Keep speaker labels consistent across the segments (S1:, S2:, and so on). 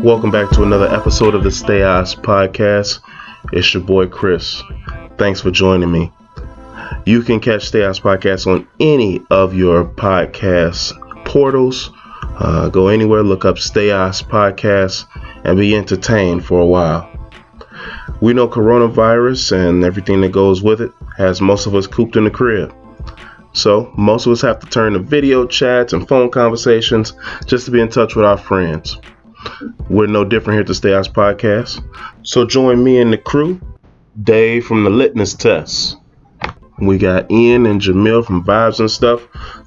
S1: Welcome back to another episode of the Stay Eyes podcast. It's your boy Chris. Thanks for joining me. You can catch Stay Eyes podcast on any of your podcast portals. Uh, go anywhere, look up Stay Eyes podcast, and be entertained for a while. We know coronavirus and everything that goes with it has most of us cooped in the crib. So, most of us have to turn to video chats and phone conversations just to be in touch with our friends. We're no different here at the Stay House Podcast. So, join me and the crew, Dave from the Litmus Test. We got Ian and Jamil from Vibes and Stuff,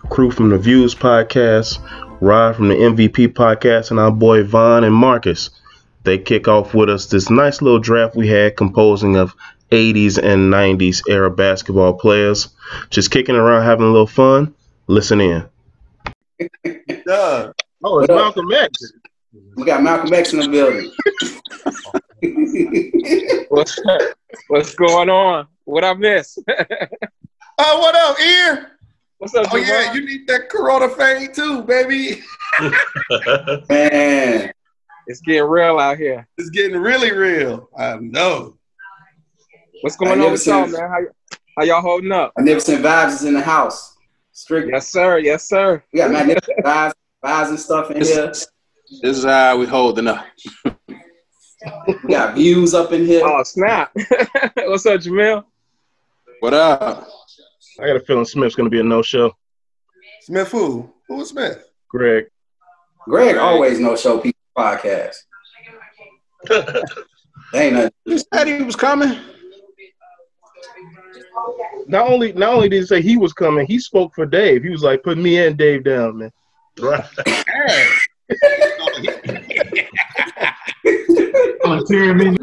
S1: crew from the Views Podcast, Rod from the MVP Podcast, and our boy Vaughn and Marcus. They kick off with us this nice little draft we had composing of 80s and 90s era basketball players. Just kicking around, having a little fun. Listen in.
S2: Duh.
S1: Oh,
S2: it's
S1: Malcolm X.
S2: We got Malcolm X in the building.
S3: What's what's going on? What I miss?
S2: oh, what up, Ian?
S3: What's up?
S2: Oh yeah,
S3: Javon?
S2: you need that Corona fame too, baby.
S1: That's
S2: Man,
S3: it's getting real out here.
S2: it's getting really real. I know.
S3: What's going
S2: I
S3: on with y'all,
S2: never seen-
S3: man? How, y- how y'all holding up?
S2: Magnificent vibes is in the house. Strict.
S3: Yes, sir. Yes, sir.
S2: We got magnificent vibes, vibes and stuff in here.
S4: This is how we holding up.
S2: We got views up in here.
S3: Oh snap! what's up, Jamil?
S4: What up?
S1: I got a feeling Smith's going to be a no show.
S5: Smith who? Who was Smith?
S1: Greg.
S2: Greg always no show people podcast. They ain't nothing.
S4: You said he was coming.
S1: Not only not only did he say he was coming, he spoke for Dave. He was like, "Put me and Dave down, man." Right.
S5: Oh, man.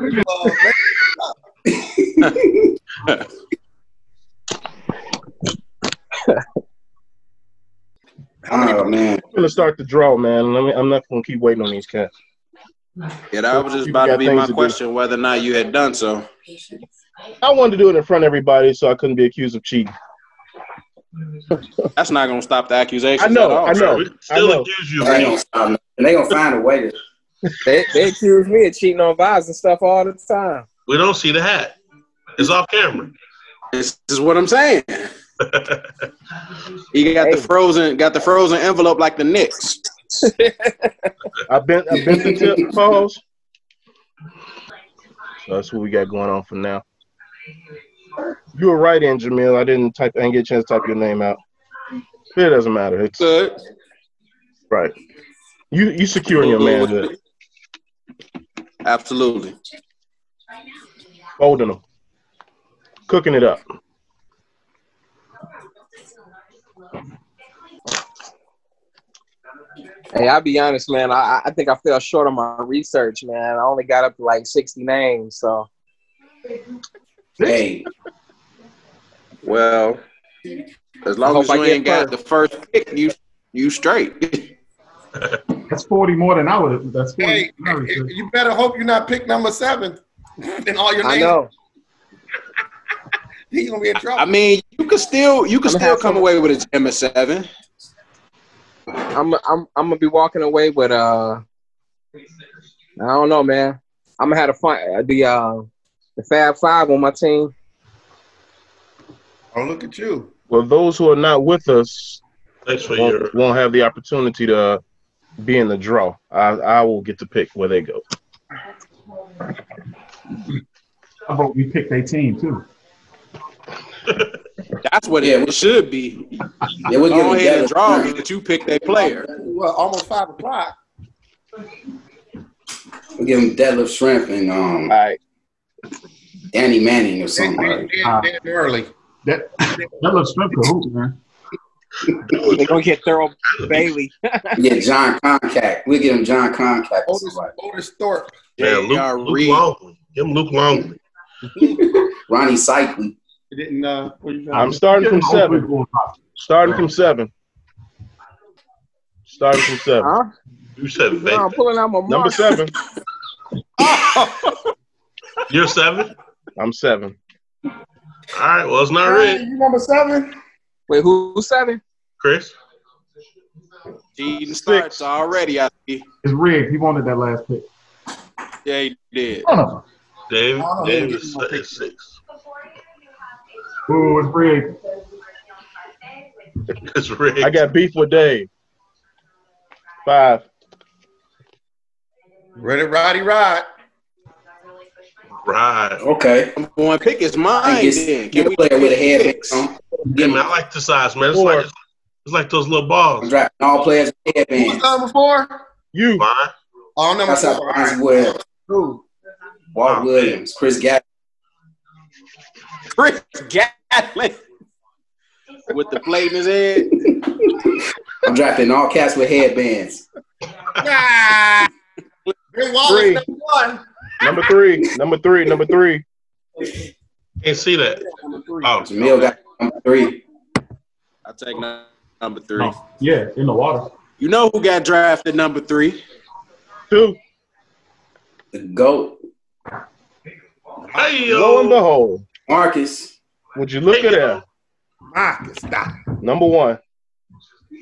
S2: Oh man,
S1: I'm gonna start the draw, man. Let me, I'm not gonna keep waiting on these cats.
S4: Yeah, that was just about to be my question whether or not you had done so.
S1: I wanted to do it in front of everybody, so I couldn't be accused of cheating.
S4: That's not gonna stop the accusation.
S1: I know, I know, I know.
S2: they gonna, find- they gonna find a way to.
S3: They, they accuse me of cheating on vibes and stuff all the time.
S6: We don't see the hat. It's off camera.
S4: This is what I'm saying. He got the frozen, got the frozen envelope like the Knicks.
S1: I bent, I bent the tip, pause. So that's what we got going on for now. You were right, in Jamil. I didn't type. I didn't get a chance to type your name out. It doesn't matter. It's
S5: Uh,
S4: Good.
S1: right. You you securing
S4: uh,
S1: your manhood,
S4: Absolutely.
S1: folding them, cooking it up.
S3: Hey, I'll be honest, man. I, I- I think I fell short on my research, man. I only got up to like sixty names, so
S2: Hey,
S4: Well, as
S3: I
S4: long
S3: hope
S4: as
S3: I
S4: you
S3: get
S4: ain't got the first pick, you you straight.
S7: That's 40 more than I would. That's 40.
S5: hey,
S7: more than I would've-
S5: you better hope you're not pick number seven in all your
S3: I
S5: names.
S3: know.
S5: He's gonna be in
S4: I
S5: trouble.
S4: mean, you could still you could
S3: I'ma
S4: still
S3: have
S4: come
S3: some-
S4: away with a gem at seven.
S3: I'm I'm I'm gonna be walking away with uh I don't know, man. I'm gonna have the fun the uh the Fab Five on my team.
S5: oh, look at you.
S1: Well, those who are not with us
S6: Thanks for your.
S1: won't, won't have the opportunity to uh, be in the draw. I, I will get to pick where they go.
S7: I vote we pick their team too.
S4: That's what
S2: Yeah, we-
S4: it should be.
S2: yeah, we'll
S4: Go
S2: give
S4: ahead and
S2: it
S4: draw
S2: a
S4: that you pick that player.
S5: Well, almost five o'clock.
S2: We'll give him Deadlift Shrimp and um,
S1: All right.
S2: Danny Manning or
S5: Dead,
S2: something.
S5: dead,
S2: Like
S5: dead, dead early.
S7: That that looks strength to hoop, man.
S3: They're gonna get Thurl Bailey.
S2: that. We'll get John Contact. We'll get him John Contact or
S5: Otis,
S2: somebody.
S5: Otis Thorpe.
S6: Yeah,
S4: J.R.
S6: Luke, Luke
S4: Reed.
S6: Longley. Give him Luke Longley.
S2: Ronnie Cycling.
S5: It didn't. Uh, what you
S1: I'm starting from
S7: Oh,
S1: seven. Starting from seven. Starting from seven.
S3: Huh?
S6: You said
S3: No, I'm
S6: Vapor.
S3: pulling out my
S1: Number
S3: mark.
S1: seven.
S6: You're seven?
S1: I'm seven.
S6: All right. Well, it's not
S5: Hey,
S6: red,
S5: you number seven?
S3: Wait, who, who's seven?
S6: Chris.
S4: Cheating starts already. I see.
S7: It's rigged. He wanted that last pick.
S4: Yeah, he did.
S7: Son of
S8: Dave,
S5: Oh,
S8: Dave
S5: yeah,
S8: is
S5: yeah.
S8: six, six.
S7: a. Ooh, it's rigged.
S8: It's rigged.
S9: I got beef with Dave. Five.
S5: Ready, Roddy, Rod.
S8: right.
S2: Okay.
S4: Number one pick is
S2: I
S4: mine.
S2: guess
S4: Then.
S2: get
S4: Can
S2: a
S4: we
S2: player with a head
S4: pick six?
S2: on.
S8: Yeah, man, I like the size, man. It's
S9: Four.
S8: like it's like those little
S2: I'm
S8: balls.
S2: dropping all players with
S5: Who was
S2: headbands.
S5: number four?
S9: You.
S8: Fine.
S5: Oh, number
S2: That's how
S5: four. All
S2: Bronson
S5: right.
S2: Wells,
S5: Cool.
S2: Walt
S8: Oh,
S2: Williams, Chris Gatlin.
S4: Chris Gatlin with the plate in his head.
S2: I'm dropping all cats with headbands.
S5: Ah, Greg
S9: Three.
S5: Wallace, number one.
S9: Number three. Number three. Number three.
S8: Can't see that. Oh,
S2: Jamil got number three.
S4: I take nu- number three.
S7: No. Yeah, in the water.
S4: You know who got drafted number three?
S9: Two.
S2: The GOAT.
S8: hey
S9: Lo and
S8: yo.
S9: behold,
S2: Marcus.
S9: would you look at that?
S5: Marcus, stop.
S9: Number one.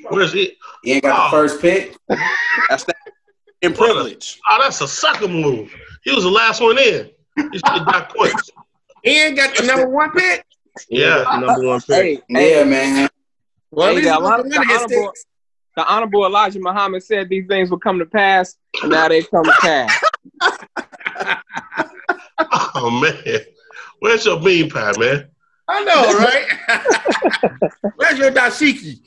S8: Where's he?
S2: He ain't got the
S8: Oh.
S2: first pick.
S4: That's that in privilege.
S8: Oh, that's a sucker move. He was the last one in. He should have got points.
S5: He ain't got the number one pick.
S8: Yeah.
S9: that's the number one pick.
S2: Yeah, man.
S5: Well, at
S3: Hey,
S5: least
S3: got a lot
S5: the
S3: of-
S5: winner
S3: the
S5: is
S3: honorable-
S5: six.
S3: The Honorable Elijah Muhammad said these things would come to pass, and now they come to pass.
S8: Oh man. Where's your bean pie, man?
S5: I know, right? Where's your dashiki?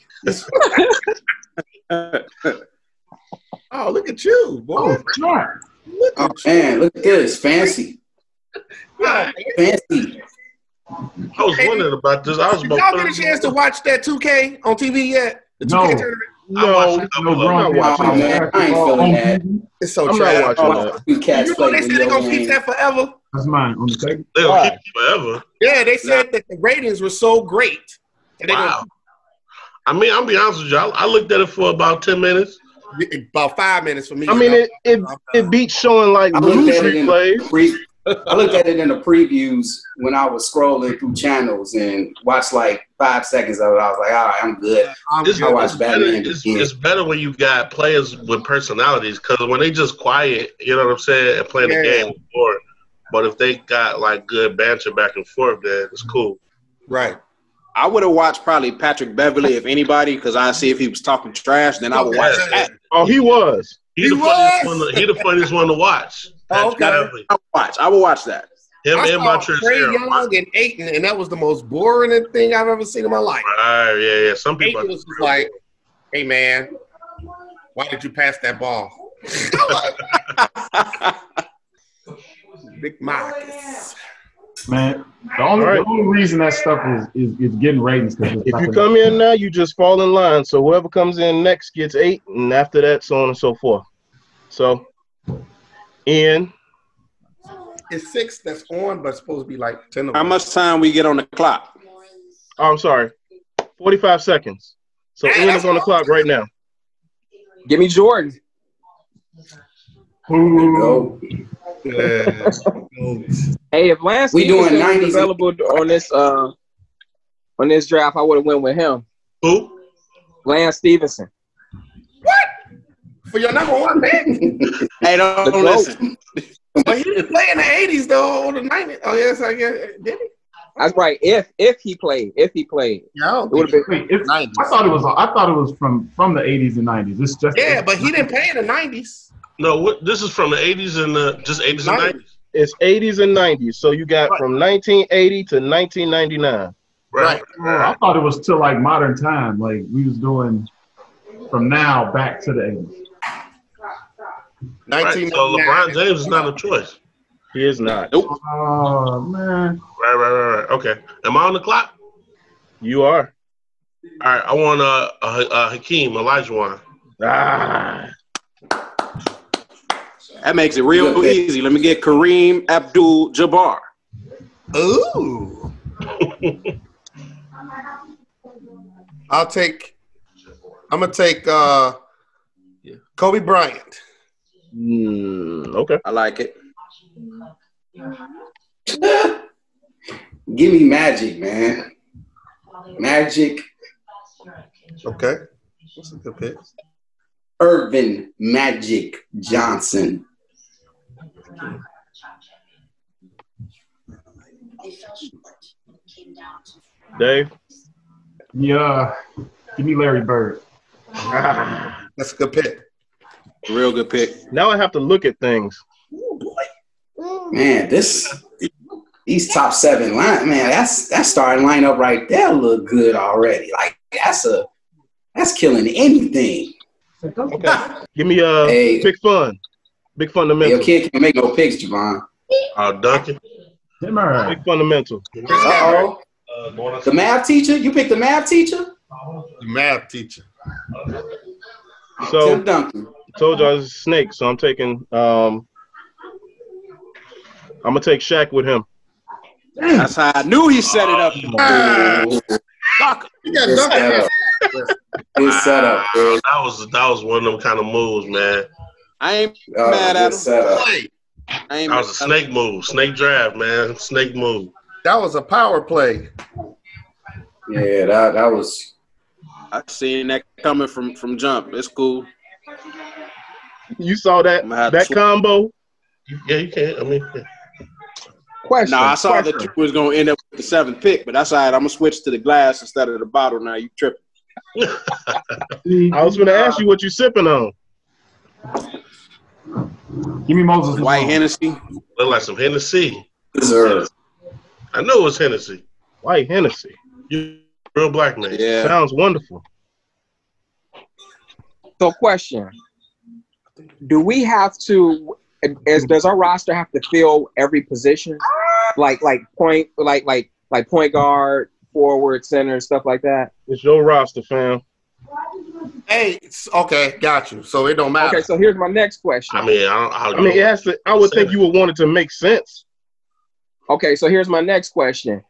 S5: Oh, look at you, boy.
S7: Oh, right.
S5: Look
S2: Oh,
S5: at you.
S2: man. Look at this. Fancy. Fancy.
S8: I was wondering about this. I was
S5: Did
S8: about
S9: Oh.
S5: y'all get a
S8: thirty-
S5: chance to watch that 2K on TV yet? The 2K
S7: No.
S5: tournament?
S8: watched a
S7: No,
S8: couple
S7: no,
S8: of them.
S7: Bron-
S9: I'm not
S2: watching that. I ain't feeling that.
S5: It's so
S9: I'm not
S5: trash.
S9: watching that.
S2: Two cats
S5: You know
S2: play
S5: they
S2: with
S5: said they're
S2: no
S5: gonna keep
S2: hands.
S5: that forever.
S7: That's mine on the table.
S8: They'll
S9: Why?
S8: keep you forever.
S5: Yeah, they said that the ratings were so great. that they
S8: Wow. I mean, I'll be honest with you. I, I looked at it for about ten minutes.
S5: gonna- about five minutes for me.
S9: I mean, it it, it beats showing like
S2: I looked
S9: loose
S2: at it in
S9: replays.
S2: the pre- I looked at it in the previews when I was scrolling through channels and watched like five seconds of it. I was like, all right, I'm good.
S5: I'm
S8: It's,
S5: good.
S2: I watched
S8: it's better,
S2: Batman
S8: it's,
S2: again.
S8: it's better when you got players with personalities because when they just quiet, you know what I'm saying, and playing
S5: Yeah.
S8: the game or but if they got like good banter back and forth, then it's cool.
S5: right.
S4: I would have watched probably Patrick Beverly if anybody, because I see if he was talking trash, then I would watch
S8: Yeah.
S4: that.
S9: Oh, he was.
S8: He's
S5: He
S8: the funniest
S5: was?
S8: one. To, he the funniest one to watch.
S5: Oh,
S8: Patrick
S5: okay.
S8: Beverly.
S4: I would watch. I would watch that.
S8: Him
S5: I
S8: and
S5: saw
S8: Montrezl
S5: Trey
S8: Harrell.
S5: Young and Aiton, and that was the most boring thing I've ever seen in my life.
S8: Right, yeah, yeah. Some people.
S5: Aiton was just like, "Hey man, why did you pass that ball?" Big Marcus.
S7: Man, the only,
S9: All right.
S7: the only reason that stuff is, is, is getting ratings because
S9: If you come in now, you just fall in line. So whoever comes in next gets eight, and after that, so on and so forth. So, in
S5: It's six that's on, but it's supposed to be like ten. Of
S4: How
S5: them.
S4: much time we get on the clock?
S9: oh, I'm sorry, 45 seconds. So
S5: Hey,
S9: Ian
S5: that's
S9: is on the clock right now.
S3: Give me Jordan.
S7: Ooh,
S2: Go.
S5: Yeah.
S3: Hey, if Lance
S2: We doing
S3: Stevenson was
S2: 90s.
S3: available on this uh on this draft, I would have went with him.
S8: Who?
S3: Lance Stevenson.
S5: For your number one pick,
S4: Hey, don't
S3: The GOAT.
S4: listen.
S5: but he didn't play in the eighties though, or the nineties. Oh yes, I guess did he?
S3: That's right. If if he played, if he played,
S5: No,
S3: it would have been.
S7: Wait, it's, I
S5: nineties.
S7: thought it was I thought it was from from the 80s and 90s. It's just
S5: Yeah, but he didn't play in the nineties.
S8: No, what, this is from the 80s and the just 80s and 90s.
S9: It's 80s and 90s. So you got from 1980 to 1999.
S8: Right.
S7: Oh, I thought it was till like modern time. Like we was doing from now back to the 80s.
S8: right. So LeBron James is not a choice.
S9: He is not.
S7: Oh man,
S8: Right, right, right, right. Okay. Am I on the clock?
S9: You are.
S8: All right. I want uh, uh, uh Hakeem Olajuwon.
S9: Ah,
S4: That makes it real easy. Let me get Kareem Abdul Jabbar.
S5: Ooh. I'll take. I'm gonna take uh, Kobe Bryant.
S9: Mm, okay.
S4: I like it.
S2: Give me magic, man. Magic
S5: Okay, that's a good pick.
S2: Irvin Magic Johnson.
S9: Dave,
S7: Yeah, give me Larry Bird.
S5: That's a good pick.
S4: Real good pick.
S9: now I have to look at things.
S2: Man, this these top seven line, man, that's that starting lineup right there look good already. Like that's a that's killing anything.
S9: Okay. Give me uh
S2: Hey.
S9: big fun. Big fundamental.
S2: Your kid can't make no picks, Javon.
S8: Uh, Duncan.
S7: Demar.
S9: Big fundamental.
S2: Uh oh.
S8: Uh, going
S2: The math teacher? You picked the math teacher?
S5: The math teacher.
S9: So
S2: Tim Duncan.
S9: told you I was a snake, so I'm taking um I'm gonna take Shaq with him.
S4: That's how I knew he set it up.
S5: Ah, you got
S2: Good
S5: Duncan.
S2: setup. Good setup.
S8: Girl, that was that was one of them kind of moves, man.
S4: I ain't
S2: Oh,
S4: Mad at
S2: good
S4: him.
S2: setup.
S5: Play.
S4: I ain't
S8: That was a snake move, snake drive, man, snake move.
S5: That was a power play.
S2: Yeah, that that was
S4: I seen that coming from from jump. It's cool.
S9: You saw that
S4: I'ma have
S9: that
S4: to-
S9: combo?
S8: Yeah, you can't. I mean, yeah.
S3: Question.
S4: Now I saw
S3: question.
S4: that you was gonna end up with the seventh pick, but that's all right. I'm gonna switch to the glass instead of the bottle. Now you tripping?
S9: I was gonna ask you what you sipping on.
S7: Give me Moses.
S4: White
S7: White
S4: Hennessy.
S8: look like some Hennessy.
S2: deserved.
S8: I knew it was Hennessy.
S9: White Hennessy.
S8: You real black man.
S4: Yeah.
S9: Sounds wonderful.
S3: So, question: Do we have to? As does our roster have to fill every position, like like point, like like like point guard, forward, center, stuff like that?
S9: It's your roster, fam.
S5: Hey, it's- okay, got you. So it don't matter.
S3: Okay, so here's my next question.
S8: I mean, I don't. I, don't
S9: I mean, it has to, I would think you would want it to make sense.
S3: Okay, so here's my next question: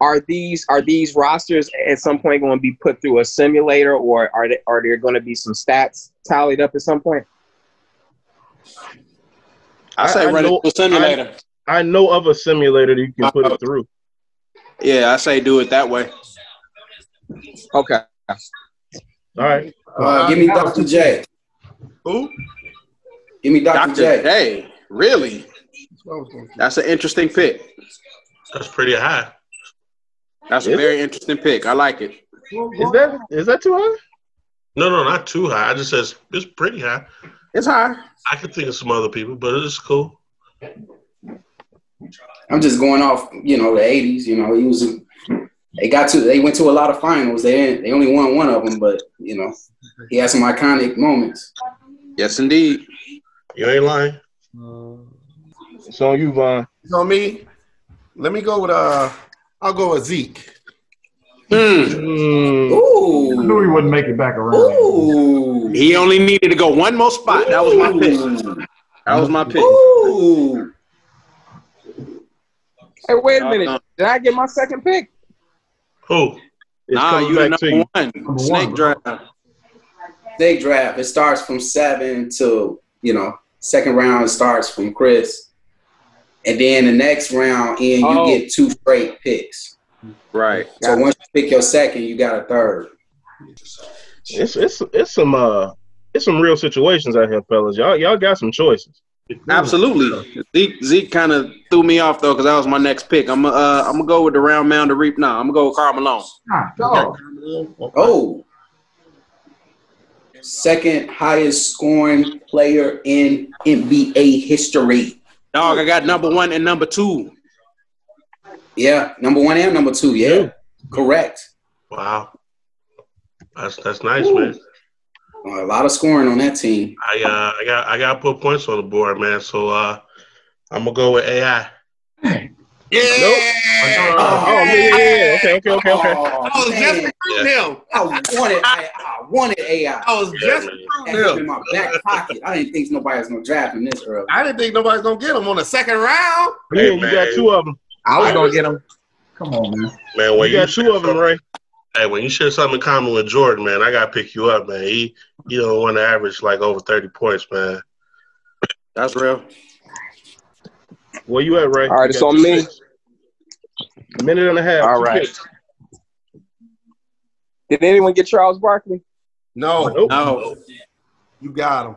S3: Are these are these rosters at some point going to be put through a simulator, or are they, are there going to be some stats tallied up at some point?
S4: I say
S9: I- I
S4: run
S9: know-
S4: it to a simulator.
S9: I know of a simulator that you can put it through.
S4: yeah, I say do it that way.
S3: Okay,
S9: All right.
S2: Uh, give me Dr. J.
S5: Who?
S2: Give me Dr.
S4: Doctor
S2: J.
S4: J. Really? That's an interesting pick.
S8: that's pretty high.
S4: That's a
S9: Is
S4: very interesting pick. I like it.
S9: Is that is that too high?
S8: No, no, not too high. I just says it's pretty high.
S4: It's high.
S8: I could think of some other people, but it's cool.
S2: I'm just going off, you know, the '80s. You know, he was. They got to. They went to a lot of finals. They didn't, they only won one of them, but you know, he had some iconic moments.
S4: Yes, indeed.
S8: You ain't lying.
S9: It's on you, Von.
S5: It's on me. Let me go with uh I'll go with Zeke.
S4: Hmm.
S9: Mm,
S7: I knew he
S2: Ooh,
S7: wouldn't make it back around.
S2: ooh,
S4: He only needed to go one more spot. That was my pick. That was my pick.
S2: Ooh,
S3: hey, wait a minute, did I get my second pick?
S8: Who?
S9: it's
S4: nah,
S9: coming
S4: you the
S9: back to you.
S4: number one.
S7: Number
S4: Snake
S7: one, bro.
S4: draft.
S2: they draft. It starts from seven to you know second round. starts from Chris, and then the next round in you
S3: Oh.
S2: get two straight picks.
S4: Right.
S2: So once you pick your second, you got a third.
S9: It's it's it's some uh it's some real situations out here, fellas. Y'all y'all got some choices.
S4: Absolutely. Zeke Zeke kind of threw me off though because that was my next pick. I'm uh I'm gonna go with the round mound to reap. Nah, I'm gonna go with Carl Malone.
S7: Ah, dog.
S2: Oh. Second highest scoring player in NBA history.
S4: Dog, I got number one and number two.
S2: Yeah, number one and number two. Yeah, correct.
S8: Wow. That's that's nice, man.
S2: Uh, a lot of scoring on that team.
S8: I uh, I got I got to put points on the board, man. So uh, I'm gonna go with AI.
S5: Yeah.
S7: Nope.
S9: Oh, yeah, yeah, yeah. Okay, okay, okay, okay.
S2: Oh,
S5: I was just
S2: man.
S5: recruiting him.
S2: I wanted, I, I wanted AI.
S5: I was just
S2: That was
S5: recruiting
S2: in
S5: him.
S2: my back pocket. I didn't think nobody was gonna draft him this early.
S5: I didn't think nobody's gonna get him on the second round.
S9: Yeah,
S8: Hey,
S9: you got
S8: man.
S9: two of them.
S3: I was going to get him.
S7: Come on, man.
S8: Man, when
S9: You
S8: you,
S9: got two of them, Ray.
S8: Hey, when you share something in common with Jordan, man, I gotta pick you up, man. He he don't want to average like oh, over thirty points, man.
S4: That's real.
S9: Where you at, Ray?
S3: All right,
S9: You
S3: it's
S9: got
S3: on
S9: two
S3: me.
S9: picks. Minute and a half.
S3: All
S9: two
S3: right.
S9: picks.
S3: Did anyone get Charles Barkley?
S5: No,
S9: Nope.
S4: No.
S5: you got him.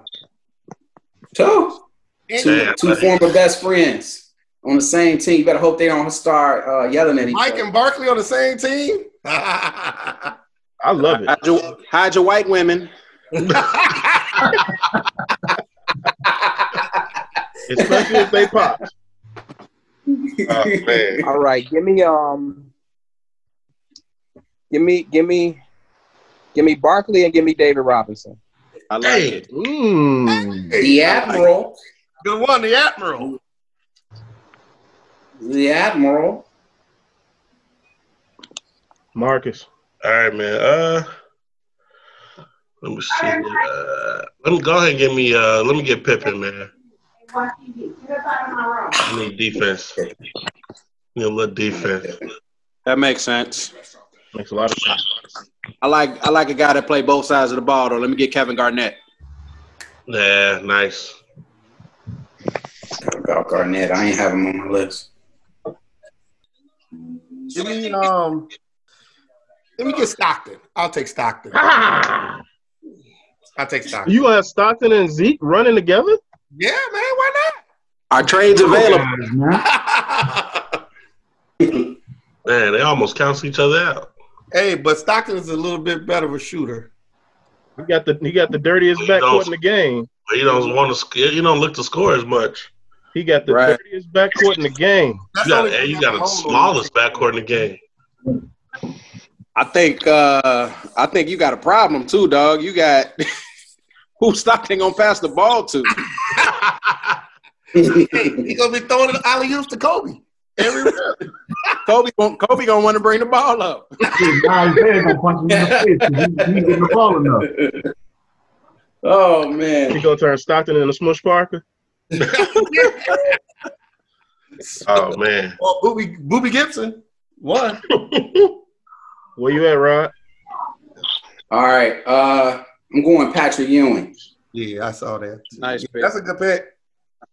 S2: So
S5: And
S2: Two,
S8: Damn,
S2: two
S8: buddy.
S2: former best friends on the same team. You better hope they don't start uh, yelling at each
S5: Mike
S2: other.
S5: and Barkley on the same team. That's
S1: I love it.
S4: Hide your, hide your white women.
S1: Especially if they pop.
S8: Oh, man.
S3: All right, give me um, give me give me give me Barkley and give me David Robinson.
S4: I like
S8: Hey,
S4: it.
S9: Mmm.
S1: Mm.
S2: the Admiral.
S5: Good one, the Admiral.
S2: The Admiral.
S1: Marcus.
S8: all right, man. Uh, let me see. Uh, let me go ahead and give me. Uh, let me get Pippen, man. I need defense. Need a little defense.
S4: That makes sense.
S1: Makes a lot of sense.
S4: I like I like a guy that play both sides of the ball though. Let me get Kevin Garnett.
S8: Yeah, nice.
S2: About Garnett. I ain't have him on my list.
S5: Give me um. Let me get Stockton. I'll take Stockton. I'll take Stockton.
S1: You gonna have Stockton and Zeke running together?
S5: yeah, man. Why
S4: Our trades available.
S7: Guys, man.
S5: not?
S8: Man, they almost cancel each other out.
S5: hey, but Stockton is a little bit better of a shooter.
S1: He got the he got the dirtiest backcourt in the game.
S8: But you don't want to. sc- You don't look to score as much.
S1: He got the
S4: Right.
S1: dirtiest backcourt in the game.
S5: That's
S8: You got,
S5: only-
S8: and you got the smallest backcourt in the game.
S4: I think uh I think you got a problem too, dog. You got who Stockton gonna pass the ball to?
S5: hey, he's gonna be throwing an alley oops to Kobe. Every
S4: Kobe gon- Kobe gonna want to bring the ball up.
S7: Shit, Guys, they're gonna punch him in the face. 'cause He, he ain't getting the ball enough.
S2: oh
S1: He
S2: man.
S1: gonna turn Stockton into Smush Parker.
S8: Oh man.
S5: Well, Booby Booby Gibson. One.
S1: Where you at, Rod?
S2: All right. Uh, I'm going Patrick Ewing.
S5: Yeah, I saw that.
S4: Nice pick.
S5: That's a good pick.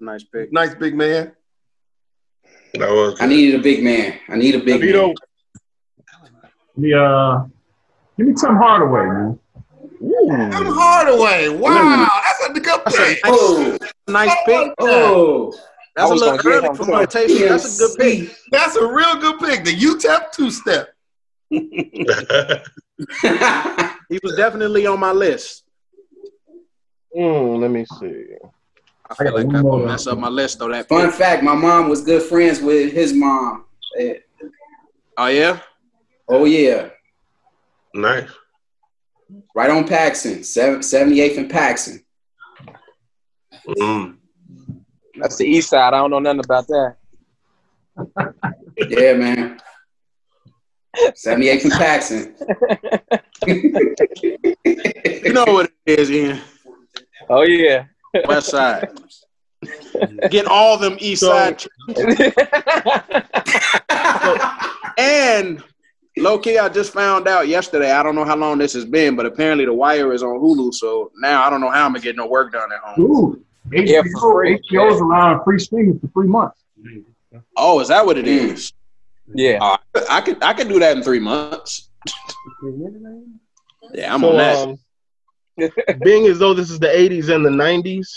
S4: Nice pick.
S5: Nice big man.
S8: That was
S2: I needed a big man. I need a big
S1: Vito.
S2: man.
S7: The, uh, give me Tim Hardaway, man.
S5: Tim Hardaway. Wow, that's a good pick.
S2: Oh,
S4: Nice pick.
S2: oh,
S4: That's
S3: I
S4: a
S3: was
S4: little
S3: gonna get
S4: early
S3: him,
S4: for
S3: too.
S4: rotation. That's a good pick.
S2: PMC.
S5: That's a real good pick. The E UTEP two step.
S4: He was definitely on my list.
S1: Mm, let me see.
S4: I feel
S7: got
S4: like
S7: one
S4: I'm gonna
S7: more.
S4: mess up my list though. That
S2: Fun
S4: pick.
S2: fact: My mom was good friends with his mom. Eh,
S4: Oh yeah.
S2: Oh yeah,
S8: nice.
S2: right on Paxson, Seven- 78th and Paxson.
S8: Mm.
S3: That's the East Side. I don't know nothing about that.
S2: Yeah, man. 78th and Paxson.
S4: You know what it is, Ian.
S3: Oh yeah.
S4: West side. Get all them east
S1: So-
S4: side ch- and low key I just found out yesterday. I don't know how long this has been, but apparently the wire is on Hulu, so now I don't know how I'm gonna get no work done at home.
S7: Dude, HBO,
S3: Yeah, for free.
S7: HBO's allowing free streaming for three months.
S4: Oh, is that what it
S2: Mm.
S4: is?
S3: yeah.
S4: I could I could do that in three months. Yeah, I'm on
S1: so, uh,
S4: that.
S1: um, being as though this is the 80s and the 90s,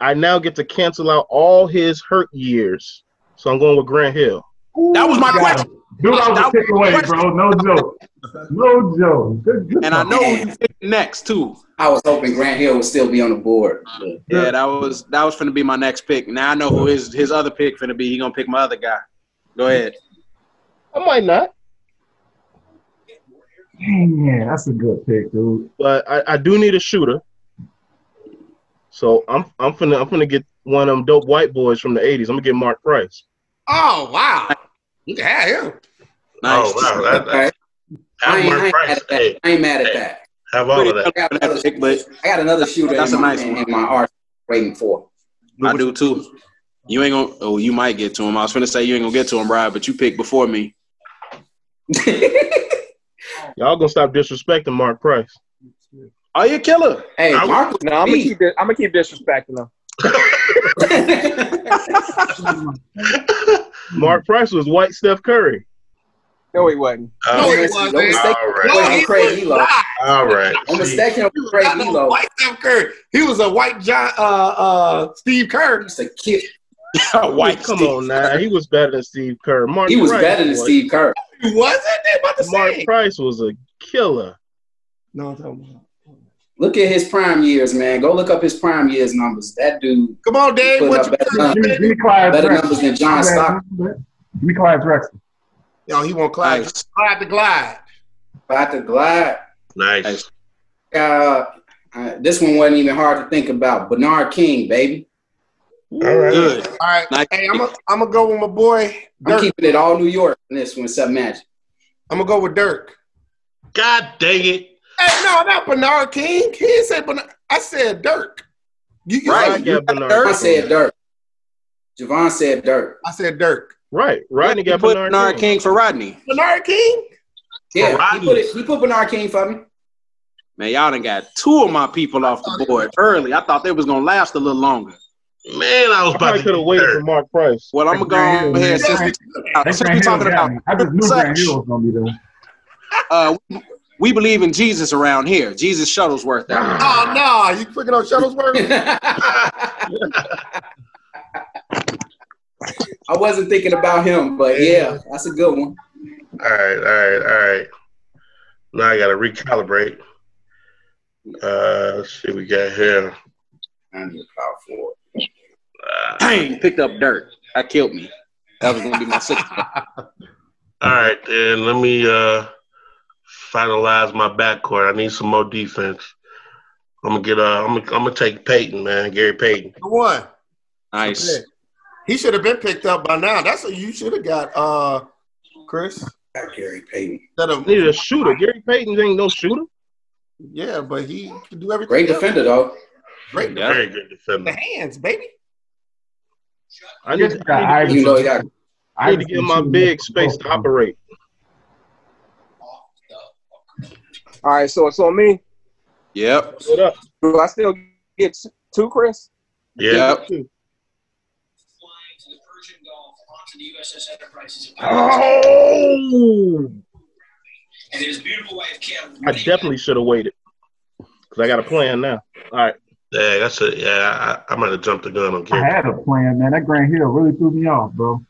S1: I now get to cancel out all his hurt years. So I'm going with Grant Hill.
S4: that was my
S7: Got
S4: question.
S7: him. Dude, I was
S4: That
S7: a pick
S4: was-
S7: away, bro. No joke. No joke. Good, good
S4: And I
S7: one.
S4: know who you picked next too.
S2: I was hoping Grant Hill would still be on the board.
S4: Yeah, that was that was gonna be my next pick. Now I know who his his other pick gonna be. He gonna pick my other guy. Go ahead.
S1: I might not,
S7: Dang, yeah, that's a good pick, dude.
S1: but I, I do need a shooter. So I'm I'm finna I'm finna get one of them dope white boys from the 80s. I'm gonna get Mark Price.
S5: Oh wow. You can have him.
S4: Nice.
S8: Oh wow. That, that,
S2: Okay. I,
S8: have
S2: ain't, I,
S8: Mark
S2: ain't mad
S8: Price.
S2: at that.
S8: Hey,
S2: I ain't mad at that.
S8: have all of that.
S2: I got another,
S4: That pick, but
S2: I got another shooter
S4: That's
S2: in,
S4: a
S2: my,
S4: nice one.
S2: in my arsenal waiting for.
S4: I do too. You ain't gonna. Oh, you might get to him. I was gonna say you ain't gonna get to him, Rod, but you picked before me.
S2: hey,
S1: Y'all gonna stop disrespecting Mark Price.
S4: Are you a killer?
S2: Marcus.
S3: No, I'm gonna
S2: B.
S3: keep di- I'm gonna keep disrespecting him.
S8: Hmm.
S1: Mark Price was white Steph Curry.
S3: No, he wasn't.
S2: No,
S5: No,
S2: he
S5: Oh, he wasn't.
S2: wasn't. Don't mistake
S9: All
S5: No,
S9: right.
S2: Wait,
S5: he
S2: Craig
S5: was
S2: Elo.
S5: not.
S9: All right.
S2: Don't
S9: See,
S2: mistake him for Craig
S5: Not no
S2: Elo.
S5: white Steph Curry. He was a white John, uh, uh, Steve Kerr.
S2: Just a kid.
S4: White
S9: come
S4: Steve.
S9: on now. He was better than Steve Kerr. Mark
S2: He was
S9: Price
S2: better than
S9: was-
S2: Steve Kerr.
S5: He wasn't. They about to
S9: Mark
S5: say.
S9: Price was a killer.
S5: No, I'm talking about-
S2: Look at his prime years, man. Go look up his prime years numbers. That dude
S5: Come on, Dave.
S2: Put
S5: What
S2: up
S5: you
S2: better
S5: got?
S7: Give me- give me Clyde
S2: better
S7: Drexler.
S2: numbers than John Stockton.
S7: Give me Clyde Drexler.
S5: Yo, he won't glide.
S4: Nice.
S5: Glide to glide.
S2: About to glide.
S8: Nice.
S2: Uh, uh, this one wasn't even hard to think about. Bernard King, baby.
S9: All right.
S4: Good.
S5: All right.
S4: Nice.
S5: Hey, I'm gonna I'm gonna go with my boy
S2: I'm
S5: Dirk.
S2: keeping it all New York in this one, except Magic.
S5: I'm gonna go with Dirk.
S8: God dang it.
S5: Hey, no, not Bernard King. He didn't say Bernard. I said Dirk. You, you
S9: Right.
S5: said-
S9: got Bernard
S2: I
S9: King.
S2: said Dirk. Javon said Dirk.
S5: I said Dirk.
S9: Right. Rodney
S4: You
S9: got
S4: put
S9: Bernard,
S4: Bernard
S9: King.
S4: King for Rodney.
S5: Bernard King?
S2: Yeah, he
S8: Rodney.
S2: put, it, he put Bernard King for me.
S4: Man, y'all done got two of my people off the board early. I thought they was gonna last a little longer.
S8: Man, I was
S9: I
S8: about
S9: probably
S8: to
S9: could have waited for Mark Price.
S4: Well, I'm gonna go ahead since we
S7: That
S4: since we
S7: Grant Hill
S4: talking
S7: got
S4: about
S7: me. I just knew
S4: such-
S7: Grant Hill was gonna be there.
S4: uh, we believe in Jesus around here. Jesus Shuttlesworth. Out.
S5: Oh, no. You picking on Shuttlesworth?
S2: I wasn't thinking about him, but yeah, that's a good one.
S8: All right, all right, all right. Now I gotta recalibrate. Uh let's see what we got here.
S2: I need a power forward.
S8: Uh,
S4: Dang, picked up dirt. That killed me. That was gonna be my sixth.
S8: all right, then let me uh finalize my backcourt. I need some more defense. I'm gonna get uh I'm gonna, I'm gonna take Peyton, man, Gary Peyton.
S5: The one.
S4: Nice.
S5: He should have been picked up by now. That's what you should have got, uh, Chris.
S2: Got Gary Payton.
S5: That
S9: I
S5: a,
S9: needed a shooter. Gary Payton ain't no shooter.
S5: yeah, but he can do everything.
S2: Great
S5: else.
S2: defender, though.
S5: Great defender.
S8: Very good
S5: The
S8: defender.
S5: hands, baby.
S9: I need, I
S7: I
S9: need,
S2: You know, he got
S9: I need to give my big space to operate.
S3: All right, so it's on me.
S4: Yep.
S9: What up?
S3: Do I still get two, Chris?
S8: Yeah.
S10: flying to the Persian Gulf onto the USS Enterprise is about
S9: Oh,
S10: and his beautiful wife Kim.
S9: I definitely should have waited because I got a plan now. All right.
S8: Yeah, that's a yeah, I, I might have jumped the gun on
S7: I
S8: Gary.
S7: had a plan, man. That Grant Hill really threw me off, bro.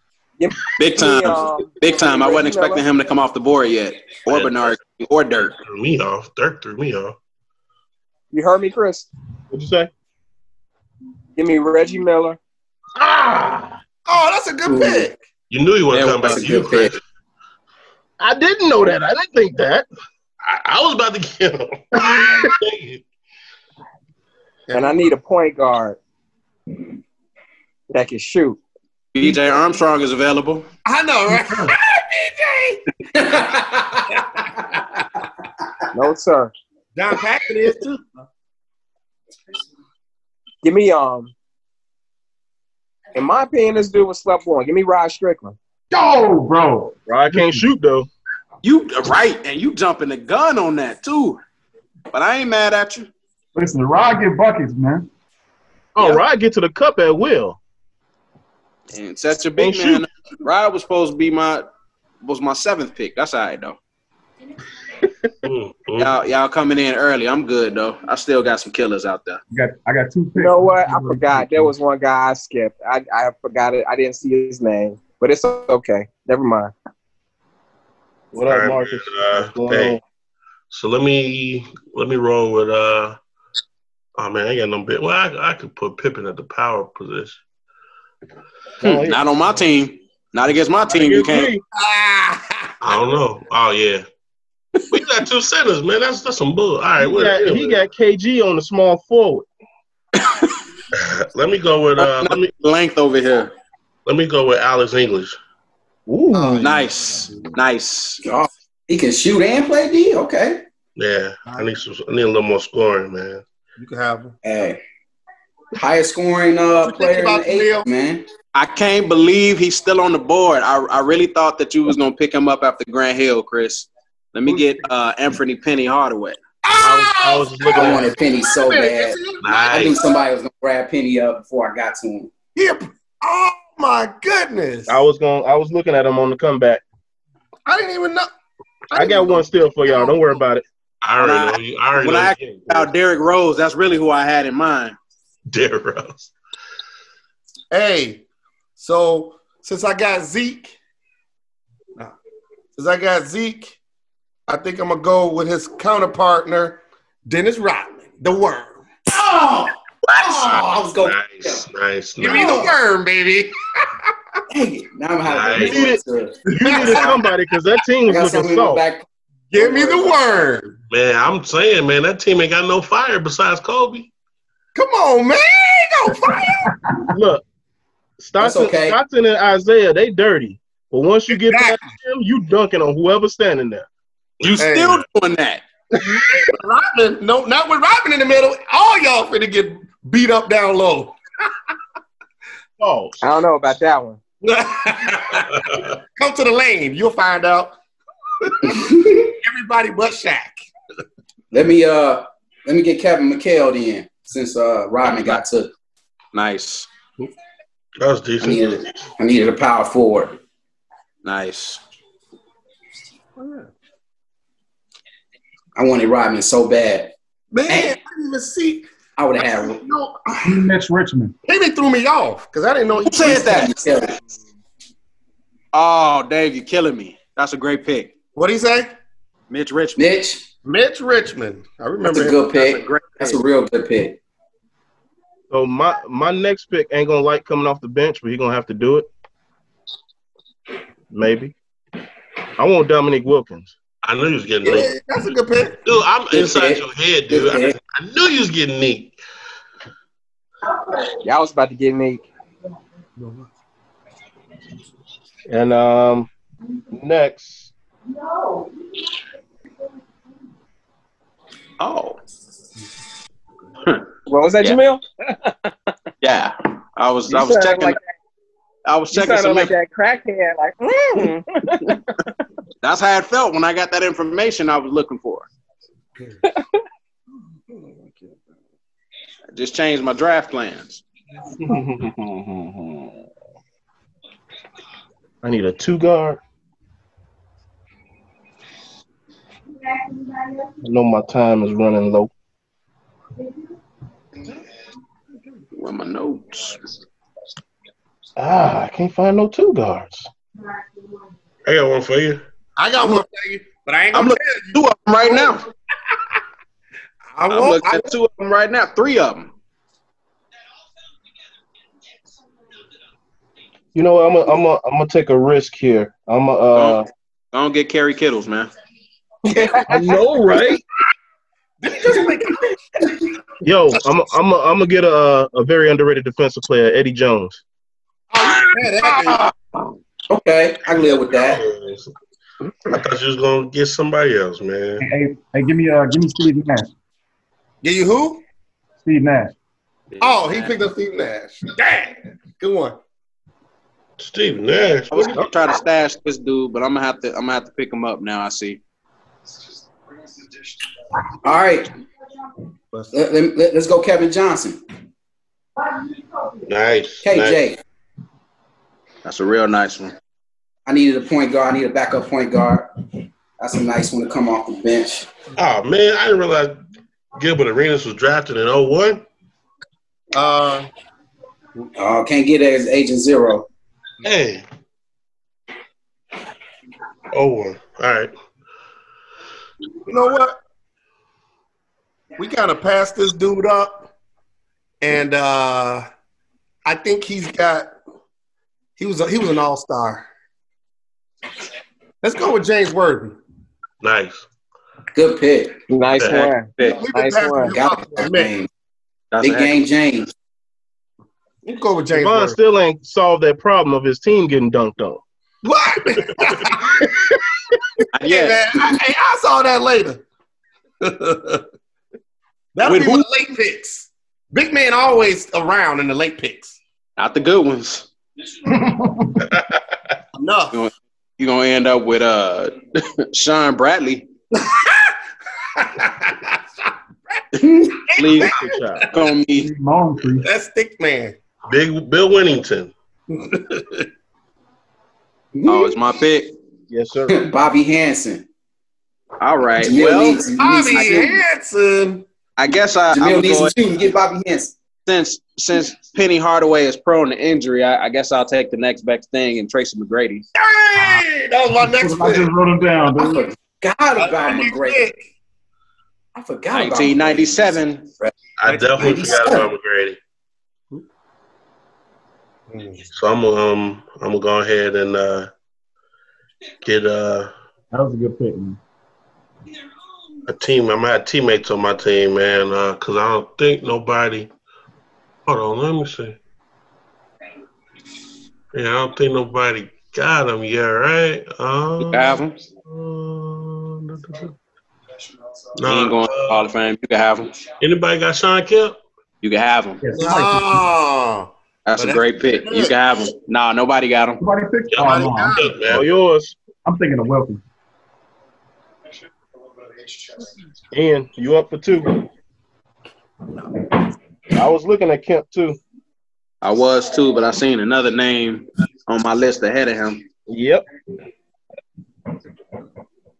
S4: Big time.
S3: Yeah, um,
S4: Big time. I wasn't
S3: Reggie Miller.
S4: expecting him to come off the board yet. Or Bernard King or Dirk.
S8: Threw me off. Dirk threw me off.
S3: You heard me, Chris.
S9: What'd you say?
S3: Give me Reggie Miller.
S9: Ah,
S5: Oh, that's a good
S2: Ooh.
S5: pick.
S8: You knew he wasn't
S4: That
S8: talking about
S2: was a
S8: you,
S2: good
S8: Chris.
S9: I didn't know that. I didn't think that.
S8: I, I was about to kill him. Dang
S3: And I need a point guard that can shoot.
S4: BJ Armstrong is available.
S5: I know, right?
S3: No, sir.
S5: John Paxson is too.
S3: Give me um. In my opinion, this dude was slept on. Give me Rod Strickland.
S7: Yo, bro.
S9: Bro, I can't shoot though.
S4: You right, and you jumping the gun on that too. But I ain't mad at you.
S7: Listen, Rod get buckets, man.
S9: Oh, Rod get to the cup at will.
S4: And set your big
S9: Don't
S4: man. up. Rod was supposed to be my was my seventh pick. That's all right though.
S8: it. Mm, mm.
S4: Y'all y'all coming in early. I'm good though. I still got some killers out there.
S7: I got, I got two picks.
S3: You know what? I forgot. There was one guy I skipped. I, I forgot it. I didn't see his name, but it's okay. Never mind.
S9: What
S8: All
S9: up,
S8: right,
S9: Marcus?
S8: man, uh,
S9: What's going
S8: hey.
S9: on?
S8: So let me let me roll with uh oh man, I ain't got no bit. Well, I, I could put Pippen at the power position.
S9: Oh, yeah.
S4: Not on my team. Not against my team. You can't.
S5: Ah.
S8: I don't know. Oh yeah. We got two centers, man. That's that's some bull. All right,
S9: He got,
S8: what,
S9: he got KG on the small forward.
S8: let me go with uh let me
S4: Length over here.
S8: let me go with Alex English.
S9: Ooh,
S4: Oh, Nice, nice.
S2: Oh, he can shoot and play D. Okay.
S8: Yeah. I need some I need a little more scoring, man.
S5: You can have him.
S2: Hey, highest scoring uh, player in
S5: about
S2: the
S5: Leo?
S2: eight, man.
S4: I can't believe he's still on the board. I, I really thought that you was gonna pick him up after Grant Hill, Chris. Let me get uh, Anthony Penny Hardaway.
S5: Oh,
S8: I was, I was just looking
S2: I
S8: at
S2: wanted Penny so bad. I knew
S8: nice.
S2: somebody was gonna grab Penny up before I got to him.
S5: He a- oh, my goodness.
S9: I was going. I was looking at him on the comeback.
S5: I didn't even know.
S1: I got one still for y'all. Don't worry about it.
S8: I
S4: When
S8: already
S4: I-
S8: know you. I already
S4: when
S8: know
S4: I-
S8: you.
S4: Now Derrick Rose, that's really who I had in mind.
S8: Derrick Rose.
S5: Hey, so since I got Zeke, no, since I got Zeke, I think I'm gonna go with his counterpartner, Dennis Rodman, the worm.
S2: Oh,
S8: Nice,
S2: I was going.
S8: nice, nice.
S5: Give me
S8: nice.
S5: the worm, baby.
S2: Dang it! Now I'm having
S8: Nice.
S2: to go to-
S1: You needed somebody because that
S2: I
S1: team's
S2: got
S1: looking
S2: something in my
S1: soft.
S2: back.
S5: Give me the worm.
S8: Man, I'm saying, man, that team ain't got no fire besides Kobe.
S5: Come on, man. Go fire.
S1: Look, Stockton,
S2: okay.
S1: Stockton and Isaiah, they dirty. But once you get
S5: Exactly.
S1: past them, you dunking on whoever's standing there.
S4: You
S5: Hey.
S4: still doing that?
S5: Rodman, no, not with Rodman in the middle. All y'all finna get beat up down low.
S1: Oh,
S3: I don't know about that one.
S5: Come to the lane. You'll find out. Everybody but Shaq.
S2: Let me uh, let me get Captain McHale then, since uh, Rodman got took.
S4: Nice,
S8: That was
S2: I
S8: decent.
S2: needed, I needed a power forward.
S4: nice.
S2: I wanted Rodman so bad.
S5: Man, I didn't even see.
S2: I would have had.
S5: No,
S7: Mitch Richmond.
S5: Maybe threw me off because I didn't know he
S4: Who said that?
S2: McHale.
S4: Oh, Dave, you're killing me. That's a great pick,
S5: What he say?
S4: Mitch Richmond.
S2: Mitch,
S5: Mitch Richmond. I remember
S2: that's a
S5: him.
S2: good
S4: That's a
S2: pick.
S4: great
S2: That's a real good pick.
S1: so my my next pick ain't gonna like coming off the bench, but he gonna have to do it. Maybe. I want Dominic Wilkins.
S8: I knew you was getting
S5: Yeah,
S8: neat.
S5: that's a good pick.
S8: Dude, I'm
S2: Good
S8: inside
S2: pick.
S8: your head, dude.
S2: Good
S8: I, I knew you was getting neat.
S3: Y'all was about to get me.
S1: And um, next,
S4: Oh,
S3: What was that,
S4: Yeah.
S3: Jamil?
S4: yeah. I was,
S3: You
S4: I was
S3: sounded
S4: checking.
S3: like
S4: I was
S3: You
S4: checking
S3: sounded
S4: some.
S3: like that crackhead. Like, mm.
S4: That's how it felt when I got that information I was looking for. I just changed my draft plans.
S1: I need a two guard. I know my time is running low.
S4: Where my notes?
S1: Ah, I can't find no two guards.
S8: I got one for you.
S5: I got one for you, but I ain't
S4: I'm
S5: gonna.
S4: looking at two of them right now.
S5: I
S4: I'm
S5: won't.
S4: looking
S5: I,
S4: at two of them right now. Three of them.
S1: You know, what, I'm gonna I'm gonna I'm gonna take a risk here. I'm gonna uh,
S4: Don't get Kerry Kittles, man.
S1: I know, right?
S5: did he just make
S1: Yo, I'm a, I'm a, I'm gonna get a a very underrated defensive player, Eddie Jones.
S5: oh, yeah, that
S2: Okay, I can live with that.
S8: I thought you was gonna get somebody else, man.
S7: Hey, hey, give me uh, give me Steve Nash.
S5: dude. Get you who?
S7: Steve Nash.
S5: Oh, he picked up Steve Nash. Dang, good one.
S8: Steve Nash.
S4: I was gonna try to stash this dude, but I'm gonna have to. I'm gonna have to pick him up now. I see.
S2: All right, let, let, let, us go, Kevin Johnson,
S8: Nice. nice.
S2: KJ.
S4: That's a real nice one.
S2: I needed a point guard. I need a backup point guard. That's a nice one to come off the bench.
S8: Oh man, I didn't realize Gilbert Arenas was drafted in 01.
S5: Uh,
S2: Uh, can't get it as agent zero.
S8: Hey. 01. All right.
S5: you know what? We kind of passed this dude up, and uh, I think he's got. He was a, he was an all star. Let's go with James Worthy.
S8: Nice.
S2: Good pick.
S3: nice
S8: Yeah.
S3: one.
S5: We've
S4: Pick.
S5: been
S3: Nice
S5: passing
S3: one.
S5: him
S2: Got
S5: up
S2: it.
S5: for a
S2: That
S5: minute.
S2: game.
S4: That's a
S2: Big
S4: heck-
S2: game, James.
S5: You go with James.
S1: Devon
S5: Worthy.
S1: still ain't solved that problem of his team getting dunked on.
S5: What? yeah,
S4: Yeah.
S5: man. I, hey, I saw that later. That'll
S4: With
S5: be
S4: who?
S5: with late picks. Big man always around in the late picks.
S4: Not the good ones.
S5: Enough.
S4: You're gonna end up with uh Sean Bradley. Please
S1: Good job.
S4: pick on me.
S7: Steve Moncrief.
S5: That's thick man.
S8: Big Bill Winnington.
S4: Oh, it's my pick. Yes, sir.
S2: Bobby Hansen.
S4: All right.
S2: Jamil
S4: Well,
S2: needs,
S5: Bobby
S2: needs to
S5: Hanson.
S4: I guess I,
S2: Jamil
S4: I'm
S2: needs
S4: going
S2: to shoot and get Bobby Hansen.
S4: since since Penny Hardaway is prone to injury. I, I guess I'll take the next best thing and Tracy McGrady.
S5: Hey, that was my Uh, next
S7: I just
S5: pick.
S7: wrote him down,
S2: I
S7: dude.
S2: forgot about McGrady.
S5: Pick.
S2: I forgot about
S4: 1997.
S8: I definitely forgot about McGrady. So I'm gonna um I'm gonna go ahead and uh get uh
S7: That was a good pick. Man.
S8: a team. I'm gonna have teammates on my team, man, uh, cause I don't think nobody. Hold on, let me see. Yeah, I don't think nobody got him yet, right? Um,
S4: Have him.
S8: No,
S4: He ain't going to the Hall
S8: uh,
S4: of Fame. You can have him.
S8: anybody got Sean Kemp?
S4: You can have him.
S7: Yes, Mike,
S5: Oh,
S4: That's
S5: But
S4: a
S5: that's
S4: great pick. You can have him. Nah, nobody got him.
S7: somebody picked oh,
S8: Somebody
S7: no, I'm-
S5: got
S8: Kemp, man. All yours.
S7: I'm thinking of Wilkins.
S8: Ian, you up for two? I was looking at Kemp too.
S4: I was too, but I seen another name on my list ahead of him.
S8: Yep.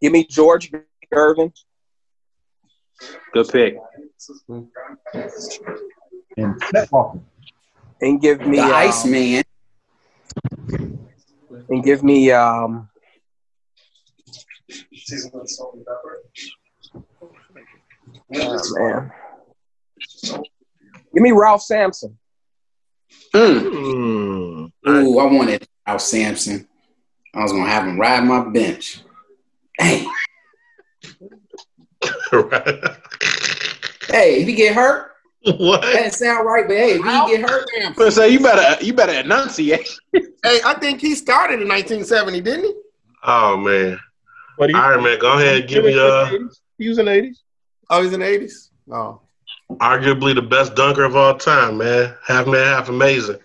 S3: Give me George Gervin.
S4: Good pick.
S7: And Chet Walker.
S3: and give me
S2: the
S3: um,
S2: Iceman.
S3: and give me um oh, man. Give me Ralph Sampson.
S4: Mm.
S2: Ooh, I wanted Al Sampson. I was gonna have him ride my bench. Dang. Hey, if he get hurt, that
S8: what?
S2: didn't sound right, but hey, if he get hurt,
S4: But say you better you better enunciate.
S5: hey, I think he started in 1970, didn't he?
S8: Oh man!
S1: But he,
S8: All right, man. Go ahead. Give me uh,
S1: he was in the 80s.
S5: Oh, he's in the 80s. Oh,
S8: uh, arguably the best dunker of all time, man. Half man, half amazing.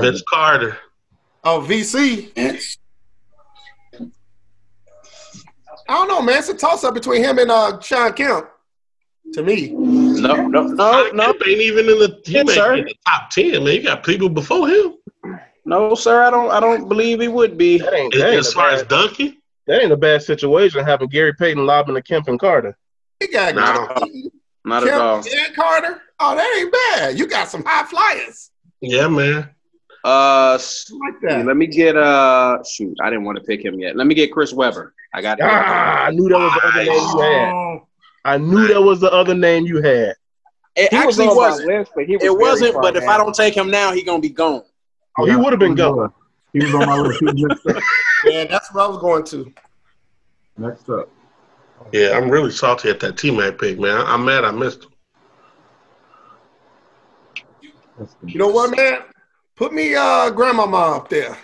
S8: Vince Carter.
S5: oh, VC.
S2: man,
S5: I don't know, man. It's a toss up between him and uh, Sean Kemp. To me,
S4: No, no, no,
S8: Sean
S4: Oh, no,
S8: Kemp ain't even in the. He
S4: Yes,
S8: may
S4: sir.
S8: be in the top ten, man. You got people before him.
S4: no, sir. I don't I don't believe he would be.
S1: That ain't,
S8: As,
S1: that, ain't
S8: as
S1: a
S8: far as
S1: bad,
S8: dunking,
S1: that ain't a bad situation having Gary Payton lobbing to Kemp and Carter.
S5: he got
S4: No. Not at all.
S5: Kemp and Carter. Oh, that ain't bad. You got some high flyers.
S8: yeah, man.
S4: Uh, s-
S5: I like that.
S4: let me get uh. Shoot, I didn't want to pick him yet. Let me get Chris Webber. I got. him.
S1: Ah, I knew that was the other name you had.
S5: Oh,
S1: I knew that was the other name you had.
S4: It
S3: He
S4: actually
S3: was on
S4: wasn't.
S3: my list, but he was
S4: It
S3: very
S4: wasn't.
S3: far
S4: But if
S3: down.
S4: I don't take him now, he gonna be gone.
S1: Well, he would have been going.
S7: He was on my list. He was next up.
S5: yeah, that's what I was going to.
S7: Next up.
S8: Yeah, I'm really salty at that teammate pick, man. I- I'm mad I missed him.
S7: That's
S5: You
S7: good.
S5: know what, man? Put me uh, Grandmama up there.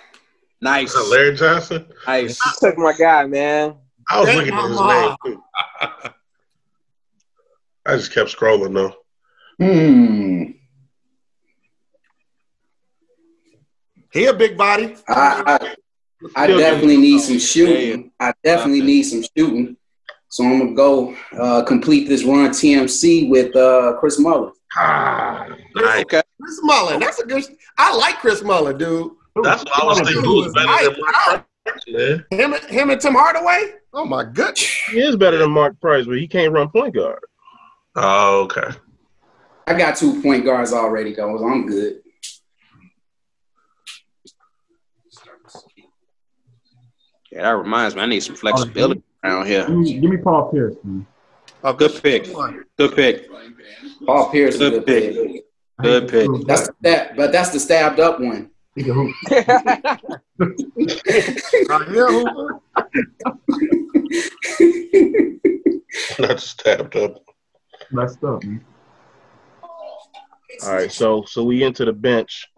S4: Nice,
S8: Larry Johnson.
S4: nice.
S3: You took my guy, man.
S8: I was
S5: Hey,
S8: looking at his name
S5: mama.
S8: too. I just kept scrolling though.
S2: hmm,
S5: He a big body.
S2: I, I, I definitely need some shooting. I definitely need some shooting. So I'm gonna go uh, complete this run TMC with uh, Chris Muller.
S8: Ah, Nice.
S4: Okay.
S5: Chris Mullen. That's a good. I like Chris Mullen, dude.
S8: That's what I was thinking. Who was better than Mark Price, man?
S5: Him, and- him and Tim Hardaway. Oh my goodness.
S1: He is better than Mark Price, but he can't run point guard.
S8: Oh, okay.
S2: I got two point guards already, goes. I'm good.
S4: Yeah, that reminds me. I need some flexibility around
S7: Give
S4: here.
S7: me, give me Paul Pierce, man.
S5: Oh,
S4: Good pick. Good pick.
S2: Paul Pierce is a good
S4: Good pick.
S2: pick.
S7: I hate
S4: Good
S7: to
S4: pick.
S7: prove
S2: That's
S7: that.
S2: that, but that's the stabbed up one.
S7: He can hoop.
S5: Right here, Hoover.
S8: Not stabbed up.
S7: Messed up, man.
S1: All right, so so we into the bench.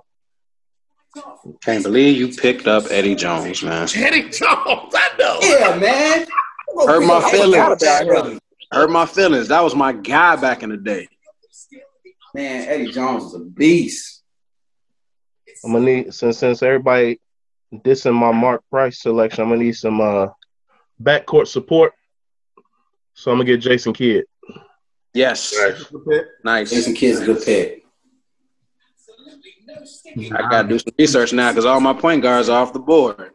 S4: Can't believe you picked up Eddie Jones, man.
S5: Eddie Jones. I know.
S2: yeah, man.
S4: Hurt my
S2: I
S4: feelings.
S2: forgot about him.
S4: Hurt my feelings. That was my guy back in the day.
S2: Man, Eddie Jones is a beast.
S1: I'm gonna need since since everybody dissing my Mark Price selection, I'm gonna need some uh backcourt support. So I'm gonna get Jason Kidd.
S4: Yes.
S8: Nice.
S4: Nice.
S2: Jason Kidd's a good pick.
S4: I gotta do some research now because all my point guards are off the board.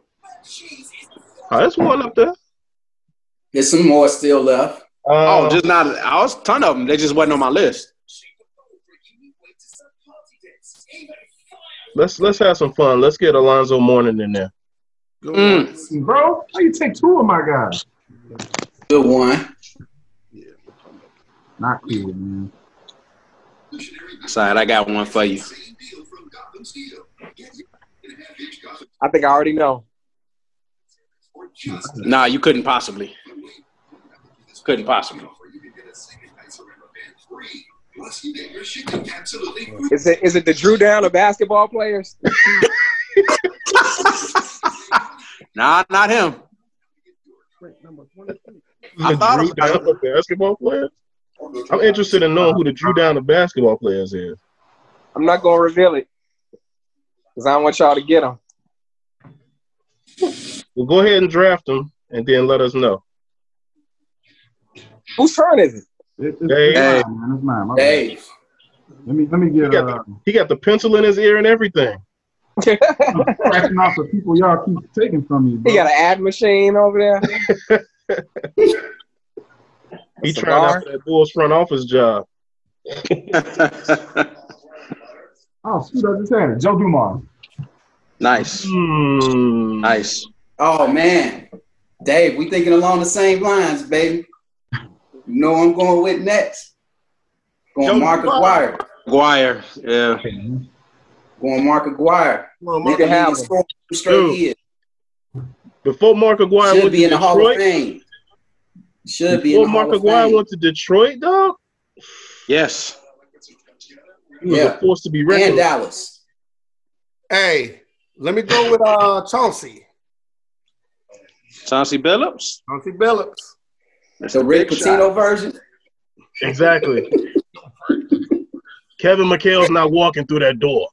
S1: Oh, that's one up there.
S2: There's some more still left.
S1: Uh,
S4: Oh, just not. I was a ton of them. They just wasn't on my list.
S1: let's let's have some fun. Let's get Alonzo Mourning in there.
S4: Mm.
S7: Bro, how you take two of my guys?
S2: Good one.
S7: Not cool, man.
S4: Side, I got one for you.
S3: I think I already know.
S4: Nah, you couldn't possibly. Couldn't possibly.
S3: Is it is it the Drew Down of basketball players?
S4: Nah, not him. I
S1: The
S4: thought
S1: Drew
S4: about
S1: down the basketball player. I'm interested in knowing who the Drew down the basketball players is.
S3: I'm not gonna reveal it because I don't want y'all to get them.
S1: Well, go ahead and draft them, and then let us know.
S3: Whose turn is it?
S7: It, it's,
S1: Hey.
S7: it's mine, man. It's mine. My bad.
S2: Dave.
S7: Let me let me get
S1: got
S7: uh,
S1: He got the pencil in his ear and everything.
S7: scratching off the people y'all keep taking from me, bro.
S3: He got an ad machine over there.
S1: He
S3: That's a
S1: tried
S3: bar.
S1: out for that Bulls front office job.
S4: him.
S7: oh shoot, I just had it. Joe Dumars.
S4: nice.
S1: Hmm.
S4: Nice.
S2: Oh man, Dave, we thinking along the same lines, baby. You know who I'm going with next.
S5: Joe
S2: Going Mark
S5: Buck.
S2: Aguirre.
S4: Guire. Yeah.
S2: Going Mark Aguirre.
S5: Well,
S2: Nigga
S5: Mark,
S3: can have
S2: leading
S3: him.
S2: scorer from straight
S1: Dude,
S2: here.
S1: Before Mark Aguirre
S2: Should
S1: went
S2: be
S1: to
S2: in the Hall of
S1: Detroit,
S2: Fame. Should be in
S1: before
S2: the
S1: Mark
S2: Hall of
S1: Aguirre
S2: Fame.
S1: went to Detroit, dog,
S4: Yes.
S1: he was
S2: Yeah.
S1: a force to be reckoned.
S2: And
S1: with.
S2: Dallas.
S5: hey, let me go with uh Chauncey.
S4: Chauncey Billups.
S5: Chauncey Billups.
S4: That's
S2: The
S4: the
S2: Rick
S4: big shot.
S2: Pitino version.
S1: Exactly. Kevin McHale's not walking through that door.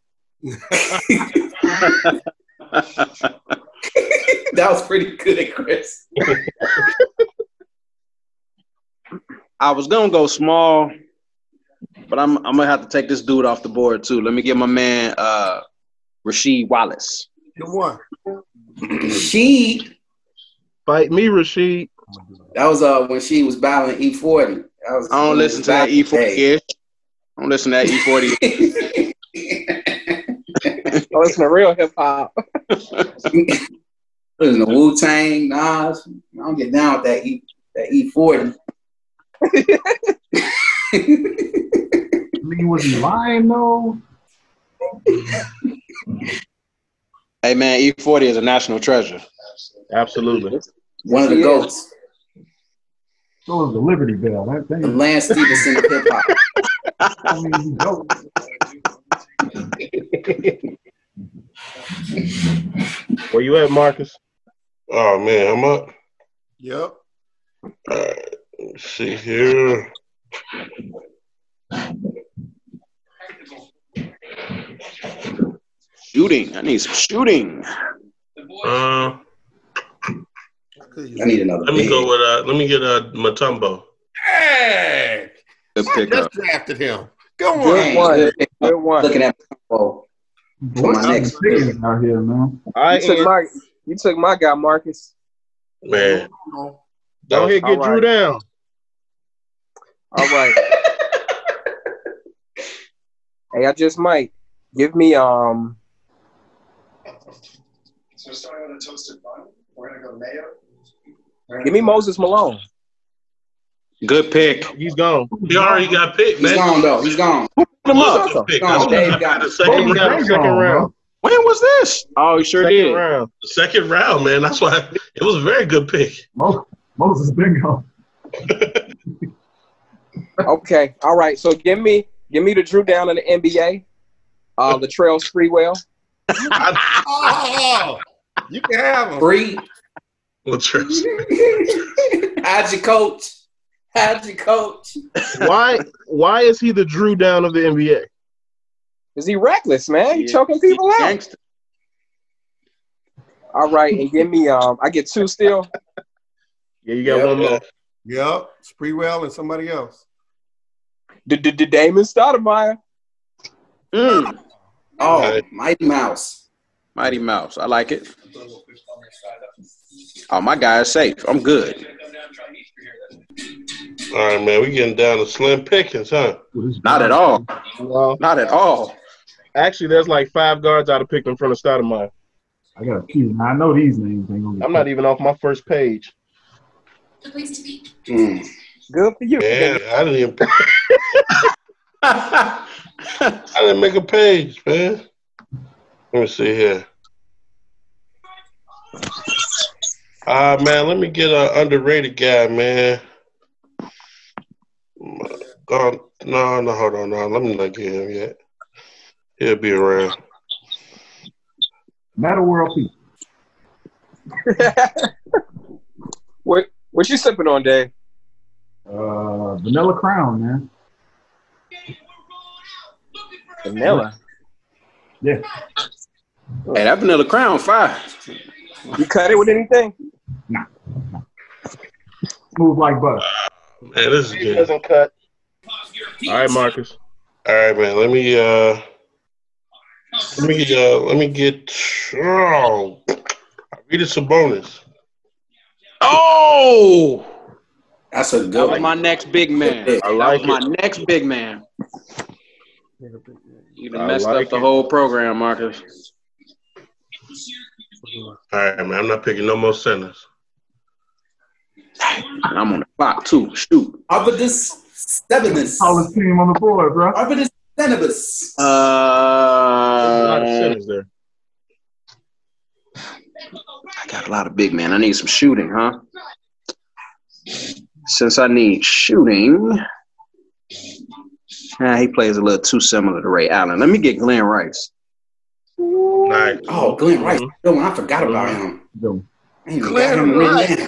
S2: that was pretty good, Chris.
S4: I was gonna go small, but I'm I'm gonna have to take this dude off the board too. Let me get my man uh Rasheed Wallace.
S5: Good one.
S2: she
S1: Fight me, Rasheed.
S2: that was uh when she was battling E40. That was,
S4: I don't listen to that E forty ish. I don't listen to that E forty.
S3: Oh, it's the real hip hop.
S2: Listen to Wu Tang, Nas. I don't get down with that E that E forty.
S7: I mean, was he lying though?
S4: Hey man, E forty is a national treasure.
S1: Absolutely.
S2: One of the
S3: Yes, he is.
S2: goats.
S7: So was the Liberty Bell. That
S2: The
S7: thing.
S2: Lance Stevenson of hip hop.
S7: I mean, he's dope.
S1: Where you at, Marcus?
S8: Oh man, I'm up.
S5: Yep.
S8: All right, let's see here.
S4: Shooting. I need some shooting.
S8: Uh,
S2: I need another.
S8: let me
S2: big.
S8: go with uh, let me get uh, Matumbo.
S5: Hey,
S4: Good
S5: just
S4: pickup.
S5: drafted him. Good one.
S2: Dang,
S3: one.
S2: good pick.
S3: Good one.
S2: Looking at oh, for
S7: What's
S2: my next pick.
S7: out here, man?
S1: I
S3: You took
S1: am.
S3: my you took my guy Marcus.
S8: Man,
S1: Go ahead, get
S3: All
S1: Drew
S3: right.
S1: down.
S3: All right. hey, I just might give me um.
S10: So starting with a toasted bun, we're gonna go mayo. We're
S3: Give me Moses Malone.
S4: Good pick.
S1: He's gone.
S8: he already got picked,
S2: He's
S8: man.
S2: gone though. He's gone.
S4: Come on.
S8: Good pick.
S2: Gone.
S8: That's what
S2: Dave
S8: happened
S2: got
S8: in
S2: it.
S8: the second
S7: Both
S8: round.
S7: of
S1: Second
S7: Gone,
S1: round.
S4: When was this? Oh, he sure
S1: Second
S4: did.
S1: round.
S8: The second round, man. That's why it was a very good pick.
S7: Mo- Moses Bingo.
S3: Okay. All right. So give me give me the Drew down in the NBA. Uh, Latrell Sprewell.
S5: Oh, you can have him.
S2: Free.
S8: Latrell.
S2: How'd you coach? How'd you coach?
S1: Why? Why is he the Drew down of the NBA?
S3: Is he reckless, man? He
S4: Yeah.
S3: choking people out.
S4: Gangster.
S3: All right, and give me um. I get two still.
S1: Yeah, you got
S2: Yeah,
S1: one more.
S5: Yep. Spreewell and somebody else.
S3: The Damon Stoudemire.
S4: Mm.
S2: Oh, Mighty Mouse.
S4: Mighty Mouse. I like it. Oh, my guy is safe. I'm good.
S8: All right, man. We getting down to slim pickings, huh?
S4: Not at all.
S1: Well,
S4: Not at all.
S1: actually, there's like five guards I'd have picked in front of Stoudemire.
S7: I got a few. Now, I know these names ain't gonna. be-
S1: I'm not even off my first page.
S10: Good place to be.
S2: Mm.
S3: Good for you.
S8: Yeah, I didn't even. I didn't make a page, man. Let me see here. Ah, man, let me get an underrated guy, man. Oh, no, no, hold on, no. Let me not get him yet. He'll be around.
S7: Metal World Peace.
S3: What what you sipping on, Dave?
S7: Uh, Vanilla Crown, man.
S3: Vanilla.
S7: Yeah.
S4: Hey, that vanilla crown fire.
S3: You cut it with anything?
S7: Smooth like butter.
S8: Man, this is
S1: He
S8: good.
S1: doesn't cut. All right, Marcus.
S8: All right, man. Let me uh, let me uh, let me get. Oh, I read it some bonus.
S4: Oh,
S2: That's a
S4: that
S2: good
S4: was
S2: one.
S4: my next big man.
S2: I
S4: that was my next big man. You done
S8: I
S4: messed
S8: like
S4: up the
S8: it.
S4: whole program, Marcus.
S8: All right, man. I'm not picking no more centers.
S4: And I'm on the clock too. Shoot.
S2: Arvidus Stebanus.
S5: Oh,
S7: Tallest team on the board, bro.
S2: Arvidus Stenibus.
S5: Uh,
S1: There's a lot of
S4: Uh,
S1: centers there.
S4: I got a lot of big man. I need some shooting, huh? Since I need shooting, ah, he plays a little too similar to Ray Allen. Let me get Glenn Rice.
S8: Nice.
S2: Oh, Glenn Rice. Yo, I forgot about him.
S7: Yo,
S2: I ain't even
S5: mm-hmm. Glenn
S2: got him written
S5: Rice.
S2: down.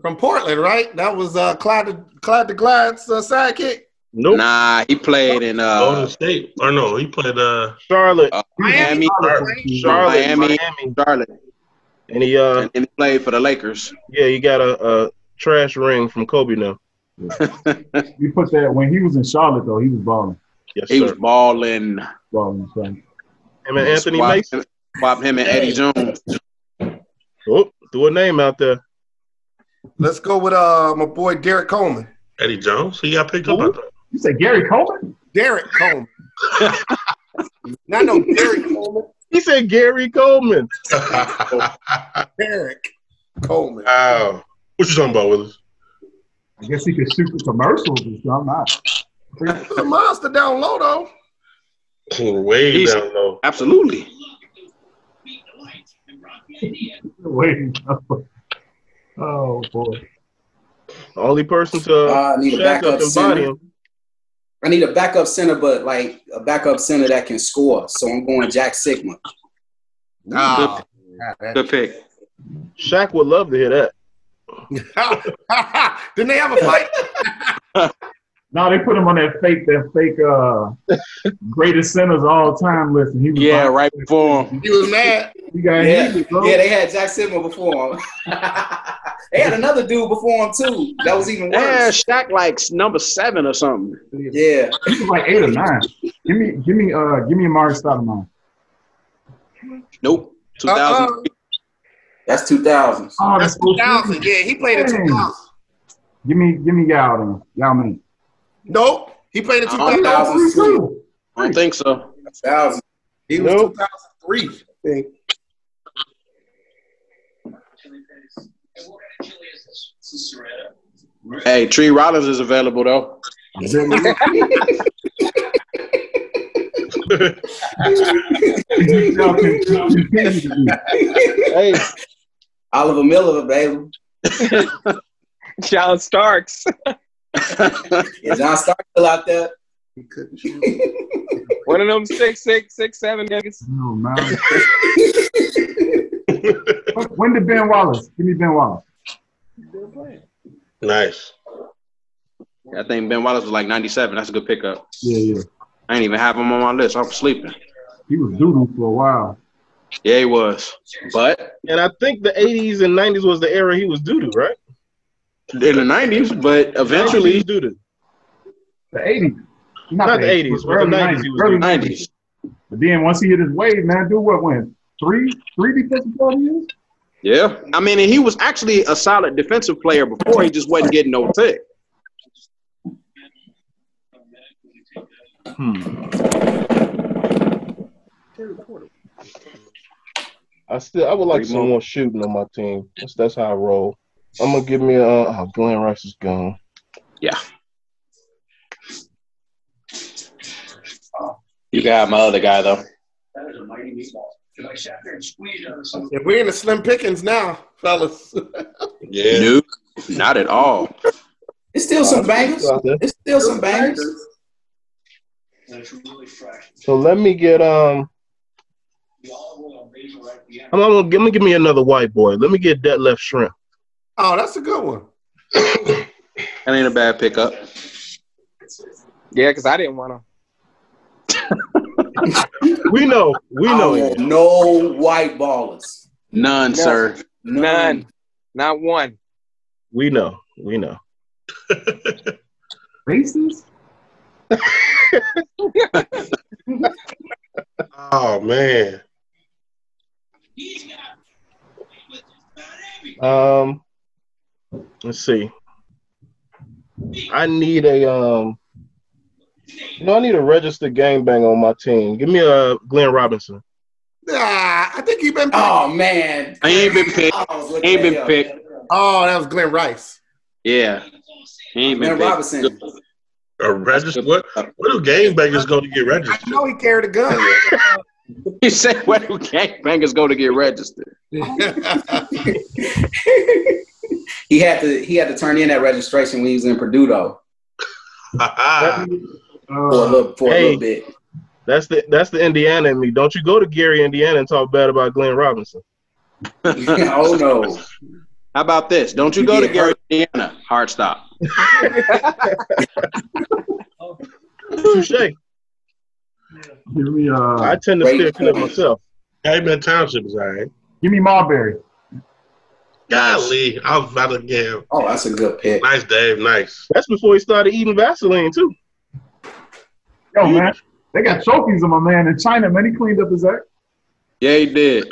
S5: From Portland, right? That was uh, Clyde, Clyde the Glide's uh, sidekick.
S1: Nope.
S4: Nah, he played in
S8: Golden
S4: uh,
S8: State. Or no, he played uh
S1: Charlotte,
S4: Miami,
S1: Charlotte,
S4: Miami.
S1: Miami,
S4: Charlotte,
S1: and he uh,
S4: and then he played for the Lakers.
S1: yeah, he got a, a trash ring from Kobe now.
S7: You put that when he was in Charlotte though, he was balling.
S1: Yes,
S4: He
S1: sir.
S4: was balling.
S7: Balling. So.
S1: Him and Anthony
S4: Swap-
S1: Mason.
S4: swap him and Eddie Jones.
S1: Oh, threw a name out there.
S5: Let's go with uh, my boy Derek Coleman.
S8: Eddie Jones. He got picked up. I thought.
S7: You say Gary Coleman?
S5: Derek Coleman. Not no Derek Coleman.
S1: He said Gary Coleman.
S5: Derek Coleman.
S8: wow. What you talking about, Willis?
S7: I guess he could shoot for commercials or something. Not.
S5: He was a monster down low though.
S8: Way
S4: He's-
S8: down low.
S4: Absolutely.
S7: Waiting. oh boy.
S1: Only person to
S2: Uh, I need a
S1: shack up
S2: backup
S1: and body
S2: center.
S1: him.
S2: I need a backup center, but like a backup center that can score. So I'm going Jack Sigma.
S5: Nah.
S4: Good pick.
S1: Shaq would love to hear that.
S5: Didn't they have a fight?
S7: No, they put him on that fake, that fake uh greatest centers of all time list, and he was
S4: Yeah,
S7: like,
S4: right before him.
S5: He was mad.
S7: you got
S2: Yeah,
S7: heated, bro.
S2: yeah, they had Jack Sigma before him. they had another dude before him too. That was even
S4: Yeah,
S2: worse.
S4: Shaq like number seven or something.
S2: Yeah,
S7: he was like eight or nine. Give me, give me, uh, give me a Mark Stoudemire.
S4: Nope. 2000.
S5: Uh-uh.
S2: that's two thousands.
S7: Oh,
S5: That's
S7: that's so
S5: 2000.
S7: sweet.
S5: Yeah, he played in
S7: Dang.
S5: 2000.
S7: Give me, give me y'all then. Y'all mean.
S5: Nope. He played in
S4: I
S5: 2000.
S2: know.
S7: Three, two.
S4: I don't think so.
S2: Thousands.
S5: He was
S1: Nope.
S5: 2003. I think.
S4: Hey, Tree Rollins is available though.
S7: Y'all can- y'all can continue to be.
S1: Hey,
S2: Oliver Miller, baby.
S3: John Starks.
S2: Yeah, John Stark still out there.
S5: He couldn't shoot.
S3: One of them six six six seven niggas.
S7: No, man. when did Ben Wallace? Give me Ben Wallace.
S8: Nice.
S4: I think Ben Wallace was like 97. That's a good pickup.
S7: Yeah, yeah.
S4: I ain't even have him on my list. I'm sleeping.
S7: He was doodle for a while.
S4: Yeah, he was. But
S1: and I think the 80s and 90s was the era he was doo-doo, right?
S4: in the 90s, but
S1: He was
S4: eventually
S1: doo-doo.
S7: The eighties.
S1: Not the 80s, but the 90s he was
S7: early
S1: doing.
S4: 90s.
S7: But then once he hit his wave, man, do what went? three three defensive players.
S4: Yeah. I mean, and he was actually a solid defensive player before. He just wasn't getting no tick.
S1: I still I would like someone shooting on my team. That's, that's how I roll. I'm gonna give me a oh, Glenn Rice is gone.
S11: You got my other guy though.
S10: That is a mighty meatball. If I sat there and squeezed out of some
S5: Yeah, we're in the slim pickings now, fellas.
S8: Yeah.
S4: Nope. Not at all.
S2: It's still some bangers.
S1: So,
S2: It's still some bangers.
S10: that's really fresh.
S1: so let me get um.
S10: The olive oil and basil right at the end.
S1: I'm, I'm gonna give me give me another white boy. Let me get that left shrimp.
S5: oh, that's a good one.
S4: That ain't a bad pickup.
S3: Yeah, because I didn't want to.
S1: We know. We know.
S2: I want Oh, no white ballers.
S4: None, sir.
S3: None. Not one.
S1: We know. We know.
S7: Racist?
S8: Oh man.
S10: He's got with about everything.
S1: Um, let's see. I need a um. You know, I need a registered gangbang on my team. Give me a Glenn Robinson.
S5: Ah, I think he been. Oh.
S2: Oh man.
S4: He ain't been picked.
S2: I was looking
S4: He
S2: at
S4: ain't been
S2: him.
S4: picked.
S5: Oh, that was Glenn Rice.
S4: Yeah. He ain't been
S2: Man
S4: picked.
S2: Robinson.
S8: A register. What? What do gangbangers go to get
S5: I
S8: registered?
S5: know he carried a gun.
S4: You said where do gangbangers go to get registered?
S2: he had to he had to turn in that registration when he was in Purdue though
S8: Ha, ha.
S2: for a
S7: Uh,
S2: little for a
S1: Hey.
S2: little bit.
S1: That's the that's the Indiana in me. Don't you go to Gary, Indiana, and talk bad about Glenn Robinson.
S2: oh no.
S4: How about this? Don't you
S2: You
S4: go to
S2: get
S4: Gary, Indiana. Hard stop.
S1: Touche.
S7: give me uh,
S1: I tend to
S2: Great
S1: steer clear
S2: point.
S1: myself.
S8: Amen. Township is all right.
S7: give me Marbury.
S8: Golly, I was about to give.
S2: Oh, that's a good pick.
S8: Nice, Dave. Nice.
S1: That's before he started eating Vaseline too.
S7: Yo, man, they got trophies of my man in China. Man, he cleaned up his act.
S4: Yeah, he did.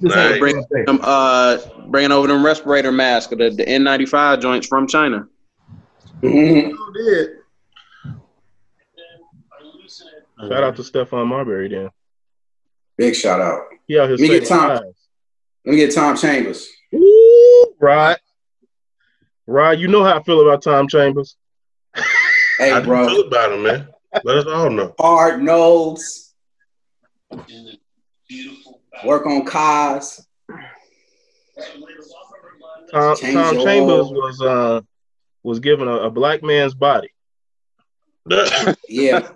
S7: Just had a
S8: Nice.
S7: good day.
S4: Them, uh, bringing over them respirator masks, the, the N95 joints from China.
S2: Mhm.
S5: Who did?
S8: Uh-huh.
S1: Shout out to Stephon Marbury. Then
S2: Big shout out.
S1: he out here
S2: Me get
S1: saving
S2: Tom.
S1: lives.
S2: Let me get Tom Chambers.
S1: Ooh, Rod. Rod, you know how I feel about Tom Chambers.
S2: Hey
S8: I
S2: bro,
S8: do feel about him, man. Let us all know.
S2: hard nose.
S10: Beautiful.
S2: Work on cars.
S1: Tom,
S2: Change
S1: Tom
S2: your-
S1: Chambers was uh was given a, a black man's body.
S2: Yeah.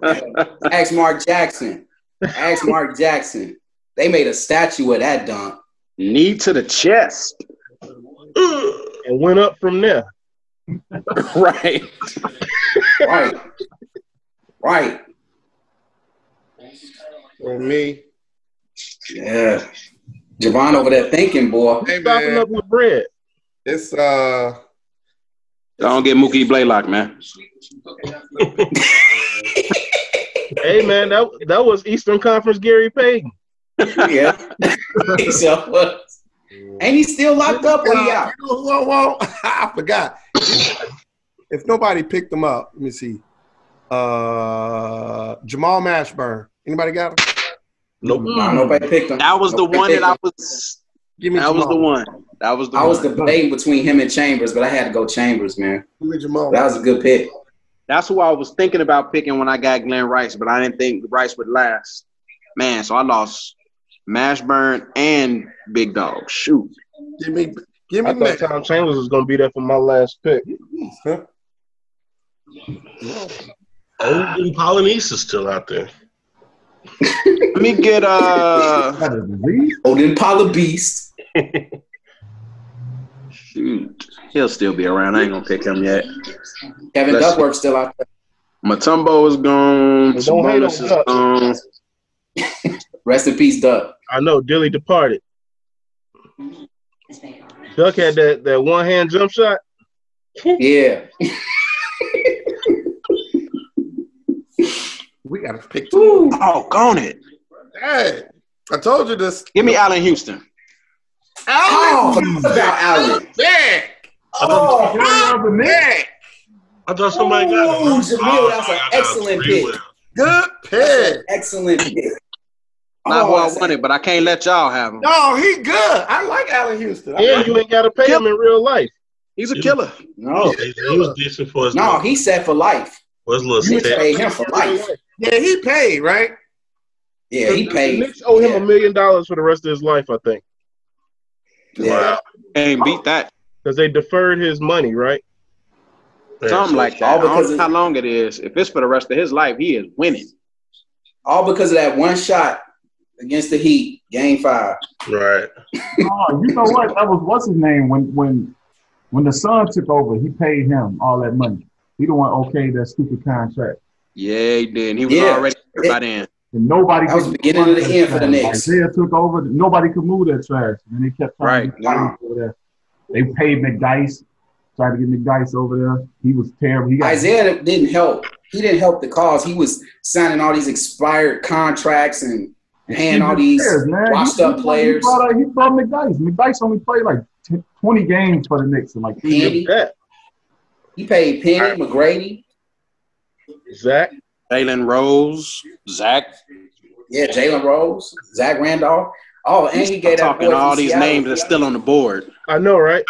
S2: Ask Mark Jackson. Ask Mark Jackson. They made a statue of that dunk.
S4: Knee to the chest.
S1: and went up from there.
S4: right.
S2: Right. right.
S5: Or me?
S2: Yeah. Javon over there thinking, boy.
S5: Hey
S1: Chopping
S5: man,
S1: up with bread.
S5: it's uh,
S4: Don't get Mookie Blaylock, man.
S1: Hey man, that that was Eastern Conference Gary Payton.
S2: Yeah. he sure was. Ain't he still locked up or he
S5: Uh,
S2: out?
S5: you know who I want? I forgot. if nobody picked him up, let me see. Uh, Jamal Mashburn. Anybody got him?
S2: Nah, nobody picked him.
S4: That was the
S2: Nobody
S4: one that
S2: picked
S4: I
S2: him.
S4: was.
S5: Give me
S4: That was
S5: Jamal.
S4: the one. That was the
S2: I was
S4: one.
S2: debating between him and Chambers, but I had to go Chambers, man.
S5: Give me Jamal.
S2: That was a good pick.
S4: That's who I was thinking about picking when I got Glenn Rice, but I didn't think Rice would last. Man, so I lost Mashburn and Big Dog. Shoot.
S5: Give me. Give me.
S1: I thought
S5: Max.
S1: Tom Chambers was gonna be there for my last pick.
S8: Old Polynesia's still out there.
S4: Let me get uh
S7: Got a disease?
S2: Odin Paula Beast.
S4: shoot. He'll still be around. I ain't gonna pick him yet.
S2: Kevin
S4: Let's-
S2: Duckworth still out there.
S4: Matumbo is gone.
S1: Don't hate on
S4: Sabonis is
S1: Dutch.
S4: gone.
S2: Rest in peace, Duck.
S1: I know Dilly departed. Duck had that, that one hand jump shot.
S2: Yeah.
S5: We gotta pick.
S2: Woo.
S4: Oh, gone it.
S5: Hey, I told you this.
S4: Give me Allen Houston.
S2: Oh, about Allen.
S5: Yeah.
S2: Oh,
S7: Other than that,
S8: I thought somebody got him.
S2: Ooh, Jamil, that's an
S8: I got
S2: excellent
S8: three
S2: pick.
S8: wins.
S5: Good pick.
S2: Excellent. pick.
S4: Not
S2: Oh,
S4: who I
S2: that's-
S4: wanted, but I can't let y'all have him.
S5: No, he good. I like Allen Houston. I
S1: And
S5: like-
S1: you ain't gotta pay him in real life.
S4: He's a killer.
S2: No,
S8: He, he was decent for his
S2: no,
S8: little,
S2: he set for life.
S8: for his little
S2: You would
S8: stint.
S2: pay him for life.
S5: yeah, he paid, right?
S2: Yeah, he
S1: The
S2: paid.
S1: Knicks owe him
S2: Yeah.
S1: a million dollars for the rest of his life, I think,
S2: Yeah.
S4: And beat that.
S1: because they deferred his money, right?
S8: Yeah,
S4: Something
S8: so-
S4: like that.
S2: all
S4: I
S2: because
S4: don't know how
S2: of-
S4: long it is. If it's for the rest of his life, he is winning.
S2: All because of that one shot against the Heat, game five.
S8: Right.
S7: oh, you know what? That was what's his name when when when the son took over. He paid him all that money. He the one okay that stupid contract,
S4: Yeah, he did. And he was
S2: Yeah.
S4: already by then.
S7: and nobody.
S2: That was
S7: could
S2: the beginning of the end for the Knicks.
S7: Isaiah took over. Nobody could move that trash, and they kept trying to get
S2: Right.
S7: Dice over there. They paid McDice, tried to get McDice over there. He was terrible. He got
S2: Isaiah didn't help. He didn't help the cause. He was signing all these expired contracts and paying all these
S7: players, man.
S2: washed
S7: He-
S2: up
S7: he
S2: players.
S7: Brought, out- he brought McDice. McDice only played like t- 20 games for the Knicks in like three years.
S2: Penny.
S1: That
S2: He paid Penny, McGrady.
S1: Zach.
S4: Jalen Rose, Zach.
S2: Yeah, Jalen Rose, Zach Randolph. Oh, and he
S4: I'm
S2: gave that boy
S4: talking
S2: from
S4: all these
S2: Seattle-
S4: names that's still on the board.
S1: I know, right?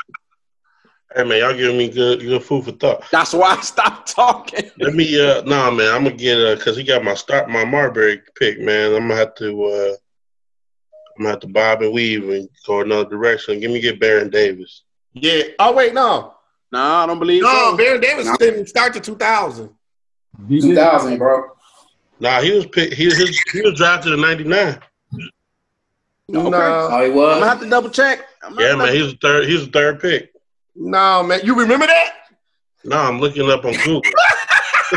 S8: Hey man, y'all giving me good good food for thought.
S4: That's why I stopped talking.
S8: Let me uh nah man, I'm gonna get uh cause he got my start my Marbury pick, man. I'm gonna have to uh I'm gonna have to bob and weave and go another direction. Give me get Baron Davis.
S5: Yeah. Oh wait, no,
S4: Nah, I don't believe
S5: no.
S4: so.
S5: Baron Davis
S2: No.
S5: didn't start to 2000.
S7: He did.
S2: 2000, bro.
S8: Nah, he was pick he was his, he was drafted in ninety nine.
S5: No,
S2: Oh, he
S4: I'm gonna
S2: was.
S4: have to double check. I'm gonna
S8: Yeah,
S4: have to
S8: man, he was third he was the third pick.
S5: no, man. You remember that?
S8: No, I'm looking up on Google.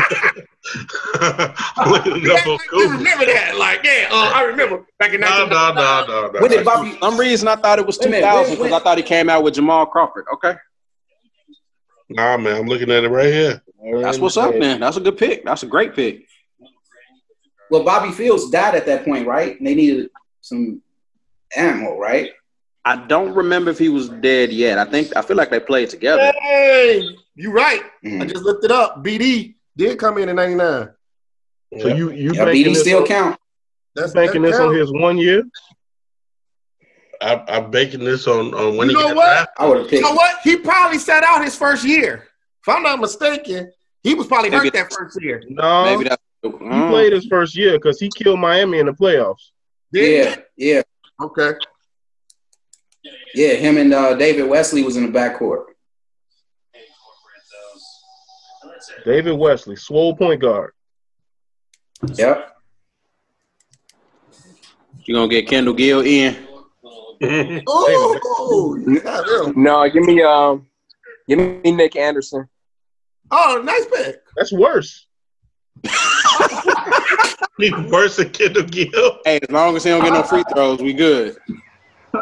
S8: I'm looking it
S5: You
S8: up
S5: act
S8: on
S5: like you
S8: Google.
S5: remember that? Like, yeah, uh, I remember back in
S8: No,
S5: 19.
S8: no, no, no,
S2: When did
S8: no.
S2: Bobby?
S4: For some reason, I thought it was
S2: Wait a minute, wait,
S4: 2000 because
S2: wait.
S4: I thought he came out with Jamal Crawford. Okay,
S8: Nah, man, I'm looking at it right here.
S4: that's what's up, man. That's a good pick. That's a great pick.
S2: Well, Bobby Fields died at that point, right? And they needed some ammo, right?
S4: I don't remember if he was dead yet. I think I feel like they played together.
S5: Hey, you right. I
S2: Mhm.
S5: just looked it up. BD did come in in 99.
S1: So you you
S2: Yeah,
S1: banking
S2: BD
S1: this,
S2: still
S1: on,
S2: count.
S5: That's
S1: banking
S5: that
S1: this on
S5: count.
S1: his one year?
S8: I, I'm baking this on on when
S5: You
S8: he
S5: know
S8: got
S5: what?
S8: drafted.
S2: I would have
S5: You
S2: picked.
S5: know what? He probably sat out his first year. If I'm not mistaken, he was probably
S4: Maybe-
S5: hurt that first year.
S1: No,
S4: Maybe that's
S1: he
S4: Mm.
S1: played his first year because he killed Miami in the playoffs.
S5: Did
S2: Yeah, yeah,
S5: he? Okay.
S2: yeah. Him and uh, David Wesley was in the backcourt.
S1: David Wesley, swole point guard.
S2: Yep.
S4: you gonna get Kendall Gill in.
S5: Ooh, you got him.
S3: No, give me um, give me Nick Anderson.
S5: Oh, nice pick.
S1: That's worse.
S8: Even worse than Kendall Gill.
S4: Hey, as long as he don't get no free throws, we good.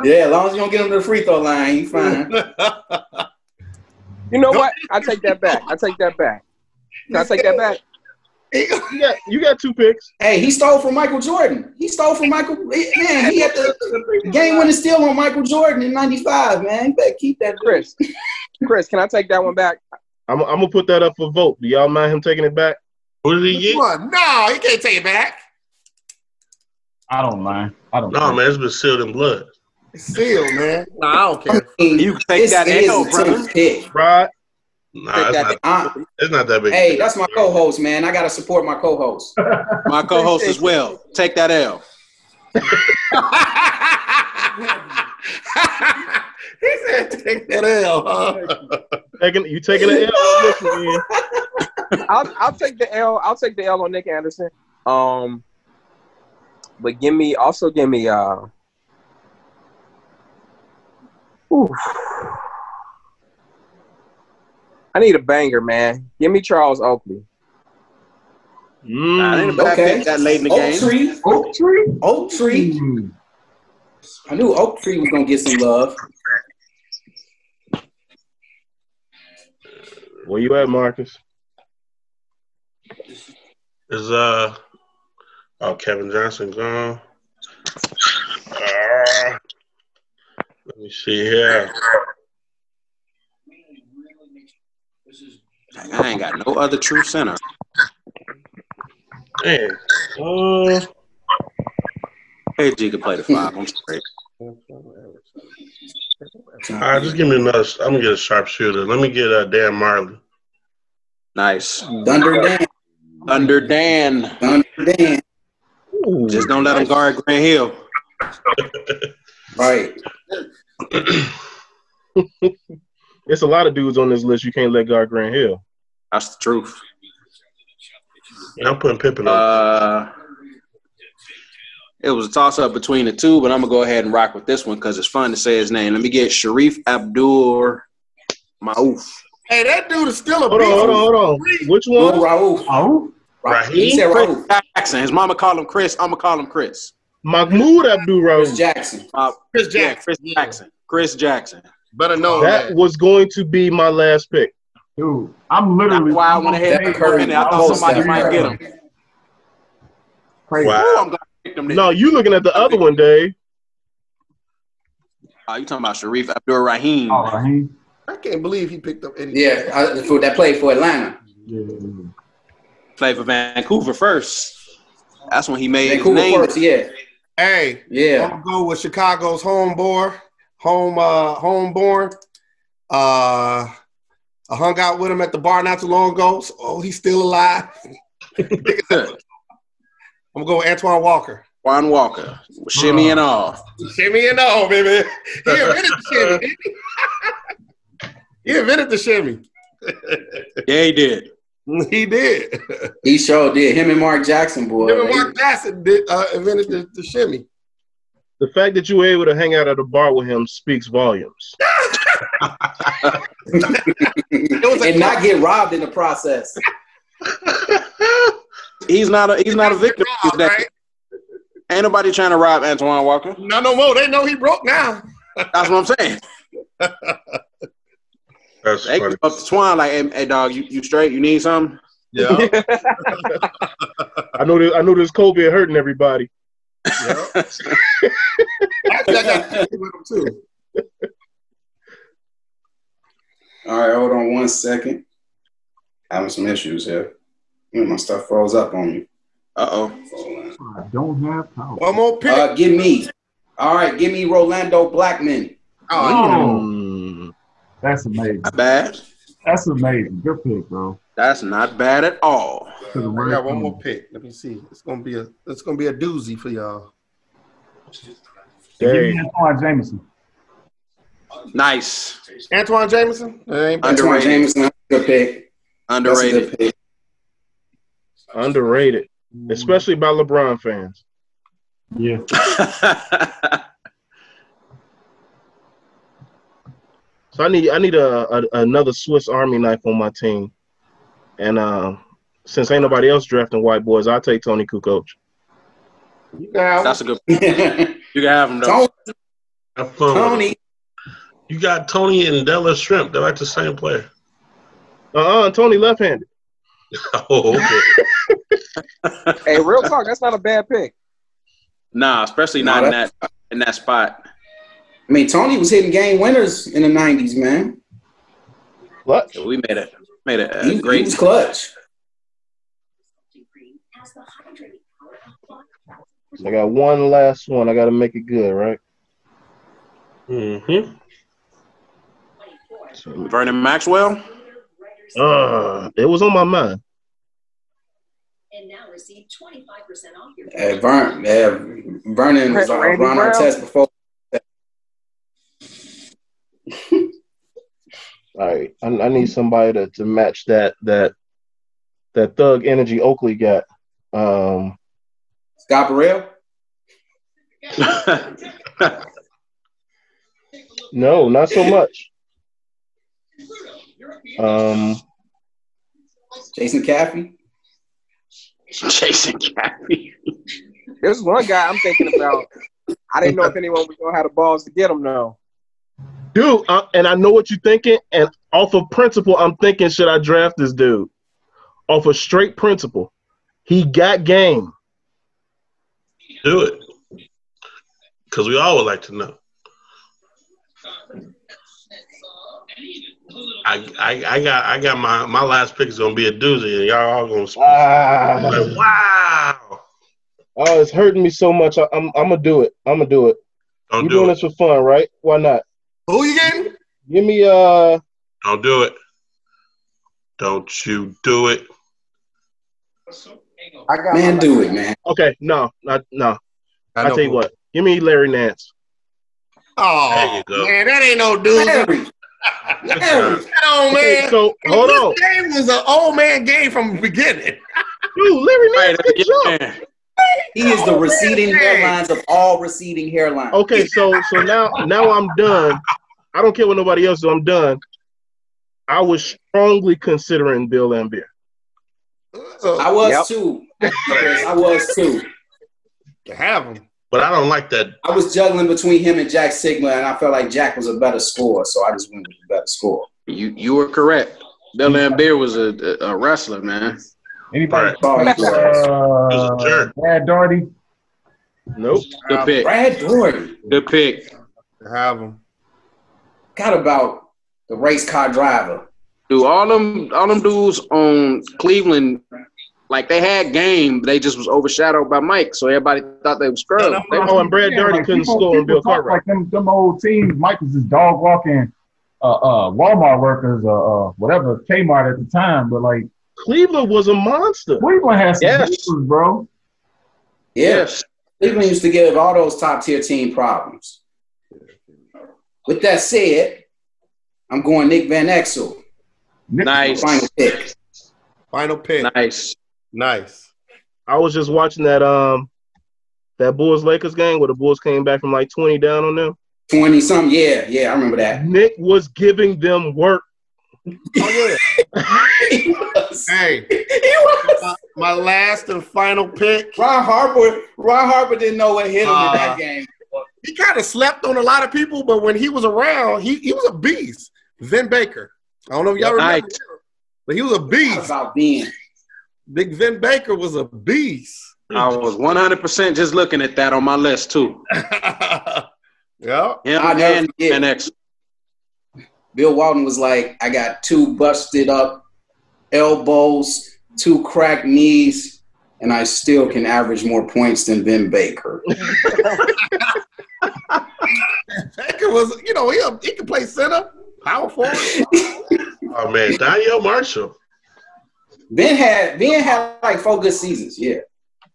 S2: Yeah, as long as you don't get him to the free throw line, you fine.
S3: You know what? I take that back. I take that back. Can I take that back?
S1: You got you got two picks.
S2: hey, he stole from Michael Jordan. He stole from Michael. Man, he had the game winning steal on Michael Jordan in '95. Man, you better keep that.
S3: Chris. Chris, can I take that one back?
S1: I'm, I'm gonna put that up for vote. Do y'all mind him taking it back?
S8: Who did he
S5: Which
S8: get?
S5: one? No, he can't take it back.
S7: I don't mind. I don't.
S8: No,
S7: mind.
S8: man, it's been sealed in blood.
S5: It's sealed, man. No, I don't care.
S4: You can take
S2: This
S4: that
S2: is
S4: L,
S2: a
S4: brother.
S2: tough pick.
S1: Rod,
S8: Nah, it's
S4: that-
S8: not,
S2: Uh,
S8: it's not that big. a
S2: hey,
S8: deal.
S2: that's my co-host, man. I gotta support my co-host.
S4: My co-host as well. Take that L.
S5: he said, take that L, huh?
S1: taking you taking an L on this one, man.
S3: I'll, I'll take the L. I'll take the L on Nick Anderson. Um, but give me also give me uh. oof. I need a banger, man. Give me Charles Oakley.
S4: Nah,
S1: Mm.
S4: ain't a bad
S2: Okay. Oh,
S4: pick that late in the
S2: Oak
S4: game.
S2: tree,
S7: Oak tree.
S2: oak tree.
S7: Hmm.
S2: I knew oak tree was gonna get some love.
S1: Where you at, Marcus?
S8: Is uh, oh Kevin Johnson gone? Ah. me see here.
S4: I ain't got no other true center.
S8: Hey, uh,
S4: KG can play the five. I'm straight.
S8: All right, just give me another. I'm gonna get a sharpshooter. Let me get uh, Dan Marley.
S4: Nice.
S2: Uh,
S12: Thunder Dan.
S4: Thunder Dan. Thunder Dan. Just don't let him guard Grant Hill. right.
S1: It's a lot of dudes on this list you can't let guard Grant Hill.
S4: That's the truth.
S8: Yeah, I'm putting Pippen on.
S4: Uh, it was a toss up between the two, but I'm gonna go ahead and rock with this one because it's fun to say his name. Let me get Sharif Abdul Maouf.
S5: Hey, that dude is still a
S1: Hold on, hold on, hold on. Which
S4: Lil
S1: one?
S4: Raouf.
S7: Oh,
S4: He
S8: Raheem
S4: said Raouf Jackson. His mama call him Chris. I'm gonna call him Chris.
S1: Mahmoud Abdul
S4: Chris
S1: Rose.
S4: Jackson. Uh,
S5: Chris
S4: yeah,
S5: Jackson.
S4: Chris Jackson. Chris Jackson.
S5: Better known
S1: That
S5: that.
S1: was going to be my last pick.
S7: dude, I'm
S4: That's
S7: literally.
S4: why I went ahead
S7: Hey,
S4: and put him in there. I
S7: oh,
S4: thought somebody
S7: Steph
S4: might
S7: Curry.
S4: get him.
S7: Crazy.
S8: Wow.
S4: Ooh, Oh, I'm glad I picked him. then.
S1: No, you looking at the other one, Dave.
S4: Oh, you talking about Sharif Abdul Rahim?
S7: Oh, Raheem.
S5: I can't believe he picked up Eddie.
S4: Yeah, I, for, that played for Atlanta.
S7: Yeah, yeah, yeah.
S4: Played for Vancouver first. That's when he made
S12: Vancouver
S4: his name.
S12: first, yeah.
S5: Hey, I'm
S4: Yeah.
S5: gonna go with Chicago's homeboy, home uh homeborn. Uh I hung out with him at the bar not too long ago. So, oh, he's still alive. I'm gonna go with Antoine Walker.
S4: Juan Walker, shimmy and all.
S5: Shimmy and all, baby. He invented the shimmy. didn't he? he invented the shimmy.
S4: Yeah, he did.
S5: He did. Him
S4: He sure did. Him and Mark Jackson, boy.
S5: and Mark Jackson did, uh, invented the, the shimmy.
S1: The fact that you were able to hang out at a bar with him speaks volumes.
S4: and not get robbed in the process. he's not a he's not a victim. He's
S5: Robbed,
S4: that-
S5: right?
S4: Ain't nobody trying to rob Antoine Walker.
S5: Not no more. They know he broke now.
S4: That's what I'm saying.
S8: That's
S4: They
S8: funny.
S4: go up to Twan like, hey, hey, dog, you, you straight? You need something?
S5: Yeah.
S1: I know that I know this COVID hurting everybody.
S5: Actually, I got to with him too.
S4: All right, hold on one second. Having some issues here. You know, my stuff froze up on me. Uh oh.
S7: I don't have power.
S5: One more pick.
S4: Uh, give me. All right, give me Rolando Blackman.
S5: oh,
S1: Mm.
S7: That's amazing.
S4: Not bad.
S7: That's amazing. Good pick, bro.
S4: That's not bad at all.
S7: To the
S5: I
S7: right
S5: got one
S7: team.
S5: more pick. Let me see. It's gonna be a it's gonna be a doozy for y'all.
S7: Give me
S1: Dang.
S7: Antoine Jameson.
S4: Nice.
S5: Antoine Jameson. That ain't bad.
S4: Underrated.
S2: Antoine Jameson, good pick. That's a
S4: Underrated.
S2: good pick.
S1: Underrated. Especially by LeBron fans.
S7: Yeah.
S1: So I need I need a, a another Swiss Army knife on my team. And uh, since ain't nobody else drafting white boys, I'll take Tony Kukoc.
S5: You got
S4: That's a good. you can have him though.
S2: Tony.
S8: Have fun with it.
S2: Tony.
S8: You got Tony and Della Shrimp. They're like the same player.
S1: Uh-uh, Tony left-handed.
S8: Oh, okay.
S3: Hey, real talk, that's not a bad pick.
S4: Nah, especially
S2: No,
S4: not in that in that spot.
S2: I mean, Tony was hitting game winners in the '90s, man.
S1: Clutch.
S4: We made it. Made it
S2: He,
S4: a
S2: he
S4: great.
S2: was clutch.
S1: I got one last one. I gotta make it good, right?
S8: mm-hmm.
S1: So,
S4: Vernon Maxwell.
S1: uh, it was on my mind.
S2: Uh, Vern, uh, Vernon was on
S3: Randy
S2: Ron
S3: Brown.
S2: Artest before.
S1: All right, I, I need somebody to, to match that that that thug energy Oakley got. Um,
S2: Scott Burrell?
S1: no, not so much. Um,
S2: Jason Caffey?
S4: Jason Caffey.
S3: There's one guy I'm thinking about. I didn't know if anyone was gonna have the balls to get him though.
S1: dude, I, and I know what you're thinking, and off of principle, I'm thinking, should I draft this dude? Off of straight principle, he got game.
S8: Do it. Because we all would like to know. I, I, I got I got my my last pick is gonna be a doozy, and y'all all gonna
S1: Ah.
S8: wow. Like, wow.
S1: Oh, it's hurting me so much. I, am I'm gonna do it. I'm gonna do it.
S8: Don't
S1: You're
S8: do
S1: doing
S8: it.
S1: this for fun, right? Why not?
S5: Who you getting?
S1: Give me uh
S8: Don't do it. Don't you do it.
S2: I got man, do it, man.
S1: okay, no, not no.
S5: I
S1: I,
S5: know
S1: tell you
S5: who-
S1: what, give me Larry Nance.
S5: Oh
S8: There you go.
S5: man, that ain't no dude.
S2: Larry. Larry.
S5: Oh
S1: Okay,
S5: man.
S1: so hold
S5: this
S1: on.
S5: game was an old man game from the beginning.
S1: Dude, Larry
S11: Right,
S1: Nance, good job.
S11: yeah.
S2: He is the
S5: Oh,
S2: receding
S5: man.
S2: hairlines of all receding hairlines.
S1: Okay, so so now now I'm done. I don't care what nobody else. do. I'm done. I was strongly considering Bill Lambier.
S5: So
S2: I was
S3: Yep.
S2: too. Yes, I was too.
S5: have him.
S8: But I don't like that.
S2: I was juggling between him and Jack Sigma, and I felt like Jack was a better scorer, so I just went with the better score.
S4: You you were correct. Bill Lambier was a, a wrestler, man.
S7: Anybody?
S8: Right.
S2: Oh, he was.
S7: Uh,
S8: He's a jerk.
S7: Dad Darty.
S1: Nope.
S2: Uh,
S4: Good pick.
S2: Brad Doherty
S4: Good pick.
S5: Have him.
S2: got about the race car driver.
S4: Dude, all them all them dudes on Cleveland, like they had game, they just was overshadowed by Mike, so everybody thought they was scrubs.
S5: No, no,
S4: They-
S1: Oh, and Brad
S7: Yeah,
S1: Doherty
S7: like,
S1: couldn't
S7: people-
S1: score on
S7: people
S1: Bill
S7: talk
S1: Cartwright.
S7: Like them, them old teams, Mike was just dog walking uh, uh, Walmart workers, uh, uh, whatever, Kmart at the time. But like,
S1: Cleveland was a monster.
S7: Cleveland has some
S1: Yes.
S7: issues, bro.
S2: Yeah. Cleveland used to give all those top tier team problems. With that said, I'm going Nick Van Exel.
S7: Nick-
S4: Nice,
S2: Final pick.
S5: Final pick. Nice.
S4: nice.
S1: I was just watching that um that Bulls Lakers game where the Bulls came back from like 20 down on them.
S2: 20 something. Yeah, yeah, I remember that.
S1: Nick was giving them work.
S5: Oh,
S2: he was.
S5: yeah. hey,
S2: He was.
S5: my last and final pick.
S2: Ron Harper, Ron Harper didn't know what hit him in
S5: Uh,
S4: Ah.
S2: that game.
S5: He kind of slept on a lot of people, but when he was around, he, he was a beast. Vin Baker. I don't know if y'all remember,
S4: Nice.
S5: him, but he was a
S2: Not
S5: beast.
S2: about being.
S5: Big Vin Baker was a beast.
S4: I was one hundred percent just looking at that on my list too.
S5: yeah.
S4: Him
S2: I'll never
S4: and
S2: forget.
S4: and X.
S2: Bill Walton was like, I got two busted up elbows, two cracked knees, and I still can average more points than Ben Baker.
S5: Baker was, you know, he, he could play center, power forward.
S8: Oh man, Daniel Marshall.
S2: ben had Ben had like four good seasons, yeah.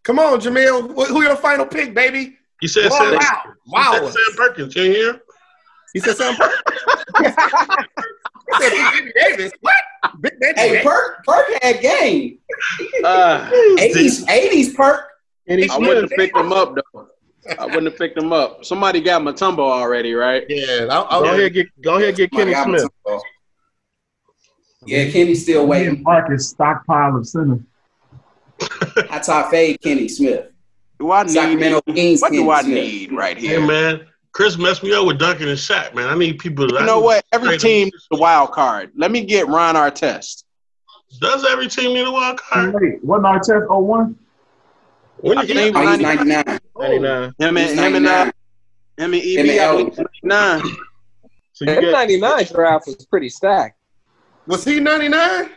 S5: Come on, Jamil. Wh- Who your final pick, baby?
S8: You said
S5: Wow,
S8: Sam,
S5: wow,
S8: you
S5: wow.
S8: said Sam Perkins. You hear?
S5: He said something. he said Big Baby Davis. What? Big Baby
S2: Hey,
S5: Davis.
S2: Perk Perk had game.
S4: Uh,
S2: Eighties, eighties Perk.
S1: And he
S4: I wouldn't
S1: Smith.
S4: have picked him up though. I wouldn't have picked him up. Somebody got Matumbo already, right?
S5: Yeah, I, I,
S1: Go ahead, get go ahead, get Kenny
S2: My God,
S1: Smith.
S2: Yeah, Kenny's still
S7: He and
S2: waiting.
S7: Marcus stockpile of centers.
S2: I top fade Kenny Smith.
S4: Do I
S2: Sacramento Kings.
S4: What
S2: Kenny
S4: do I
S2: Smith.
S4: need right
S8: Hey
S4: here?
S8: man, Chris messed me up with Duncan and Shaq. Man, I need people. To,
S4: You know what? Every team is a wild card. Let me get Ron Artest.
S8: does. Every team need a wild card.
S7: Wait, wasn't Artest 01?
S8: When
S4: I
S8: did
S4: think
S2: Oh, he's
S4: Ronnie-
S2: ninety nine.
S1: 99.
S4: Him
S2: He's
S4: and him and
S2: 99.
S4: uh, him and E
S2: Him and
S4: EB I believe,
S2: Elton.
S4: 99.
S1: So you
S3: That
S1: got
S3: '99 draft was pretty stacked.
S5: was he 99?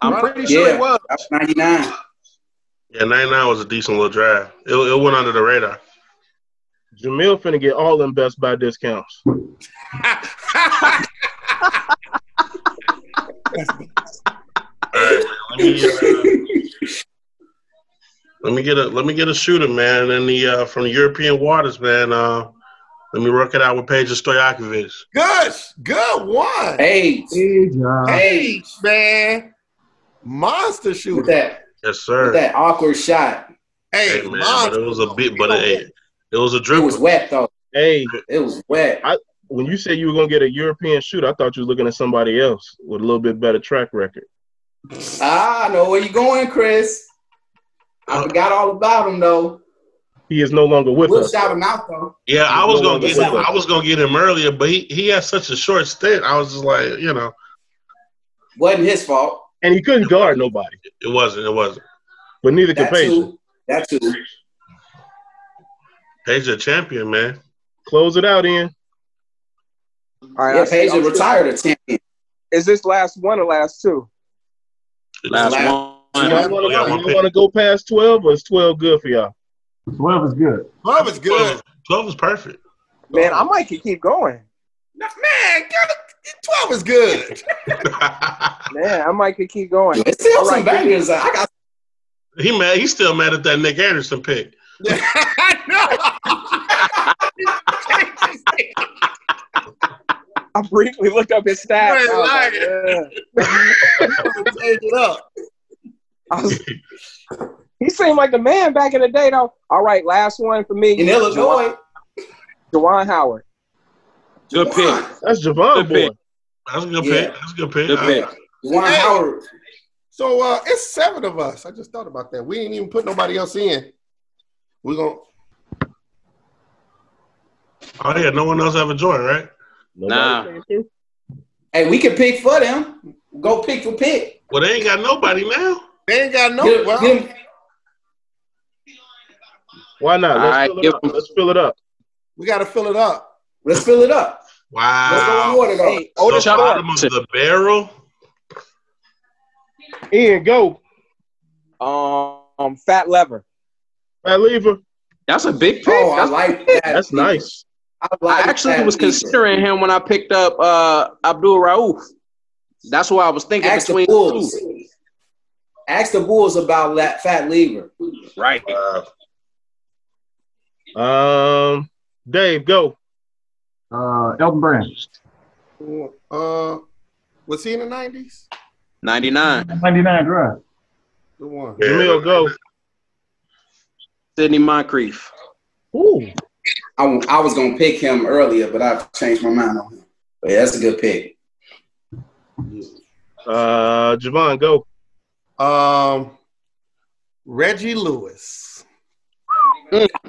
S4: I'm
S5: Ronnie-
S4: pretty sure
S2: Yeah.
S4: it was.
S2: That's ninety nine.
S8: Yeah, 99 was a decent little draft. It, it went under the radar.
S1: Jamil finna get all them best buy discounts.
S8: All right, man, let me uh, let me get a let me get a shooter, man, in the uh, from the European waters, man. Uh, let me work it out with Pedro Stojakovic.
S5: Good, good one.
S2: Hey,
S7: Hey, John.
S5: Hey, man. Monster
S2: with
S5: shooter.
S2: that,
S8: Yes,
S2: with
S8: sir.
S2: that awkward shot.
S5: Hey,
S8: Hey, man, but
S5: monster.
S8: it was a bit, but it, it was a
S2: It
S8: dribble.
S2: was wet though.
S1: Hey,
S2: It was wet.
S1: when you said you were gonna get a European shoot, I thought you was looking at somebody else with a little bit better track record.
S2: Ah, I know where you going, Chris. I forgot all about him though.
S1: He is no longer with
S2: We'll
S1: us.
S2: shout him out though.
S8: Yeah, I
S1: He's
S8: was
S1: no
S8: gonna
S1: longer
S8: get
S1: with
S8: him.
S1: us.
S8: I was gonna get him earlier, but he, he had such a short stint. I was just like, you know,
S2: Wasn't his fault.
S1: And he couldn't guard nobody,
S8: it wasn't. It wasn't.
S1: but neither could
S2: That
S1: Page.
S2: too. That too.
S8: Pedro's a champion, man.
S1: Close it out in.
S3: All right,
S2: Yeah,
S3: I-
S2: Page
S3: I'm-
S2: retired a champion.
S3: Is this last one or last two?
S8: Last
S1: You want to go past 12 or is 12 good for y'all?
S7: 12 is good.
S5: 12 is good.
S8: 12 is perfect.
S3: Man, I might could keep going.
S5: Man, get- 12 is good.
S3: Man, I might could keep going.
S2: It's still
S3: All
S2: some
S3: right, give me-
S2: bangers. I got
S8: He mad. He's still mad at that Nick Anderson pick.
S3: I briefly looked up his
S5: You
S3: stats.
S5: ain't
S3: I was like, yeah.
S5: Take it up.
S3: I was- he seemed like the man back in the day, though. All right, last one for me.
S2: in Illinois.
S3: Jawan Howard.
S11: Good pick.
S1: That's Javon
S11: Good
S1: boy.
S11: pick.
S8: That's a good
S2: Yeah.
S8: pick. That's a good pick.
S11: Good
S8: I-
S11: pick.
S2: Juwan
S5: Hey.
S2: Howard.
S5: So uh, it's seven of us. I just thought about that. We ain't even put nobody else in. We're going
S8: Oh yeah, no one else ever joined, right?
S11: Nah.
S2: Hey, we can pick for them. Go pick for pick.
S8: Well, they ain't got nobody now.
S5: they ain't got no
S2: Get-
S5: well,
S2: get-
S1: Why not? Let's,
S11: Alright,
S1: fill, it
S11: give
S1: up.
S11: him-
S1: Let's fill it up.
S5: we gotta fill it up.
S2: let's fill it up. Let's go in
S8: Wow.
S2: order, though.
S1: oh,
S8: The
S11: Otis Thorpe.
S8: bottom of the barrel.
S1: Ian, go.
S3: Um, Fat Lever.
S1: Fat Lever.
S11: That's a big pick.
S2: Oh, I
S11: That's-
S2: like that.
S1: That's
S2: Lever.
S1: nice.
S2: I,
S11: I
S2: like
S11: actually
S2: that
S11: was
S2: Lever.
S11: considering him when I picked up uh, Abdul Rauf. That's what I was thinking
S2: Ask the
S11: between the
S2: Bulls. Ask the Bulls about that fat lever.
S11: two. Right.
S8: Wow.
S1: Um, Dave, go.
S7: Uh, Elton Brand.
S5: Uh was he in the nineties?
S11: 99.
S7: 99 drive.
S5: The one.
S8: Yeah.
S1: Jamil, go.
S11: Sidney Moncrief.
S1: Ooh.
S2: I, w- I was gonna pick him earlier, but I've changed my mind on him. But yeah, that's a good pick.
S1: Uh, Javon, go.
S5: Um Reggie Lewis.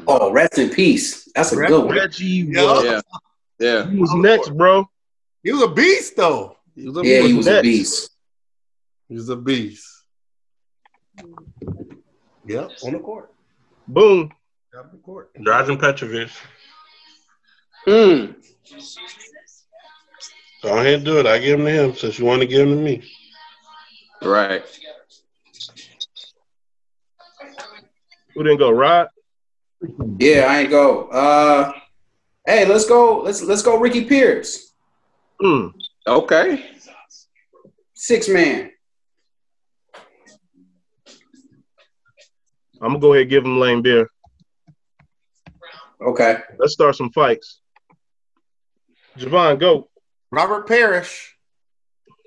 S2: Oh, rest in peace. That's a
S5: Rest-
S2: good one.
S1: Reggie.
S5: Yeah.
S11: Yeah. Yeah.
S1: Who's next, bro?
S5: He was a beast though. He was a
S2: Yeah,
S5: beast.
S2: he was a
S1: Next.
S2: beast.
S5: He was a beast. Yep, on the court.
S1: Boom.
S5: On the court.
S8: Dragan Petrovic.
S11: Mm.
S8: Go ahead and do it. I give him to him since you want to give him to me.
S11: Right.
S1: Who didn't go? Rod.
S2: Yeah, I ain't go. Uh, hey, let's go. Let's let's go. Ricky Pierce,
S1: Mm.
S11: Okay.
S2: six man.
S1: I'm gonna go ahead and give him lame beer.
S2: Okay.
S1: Let's start some fights. Javon, go.
S5: Robert Parrish.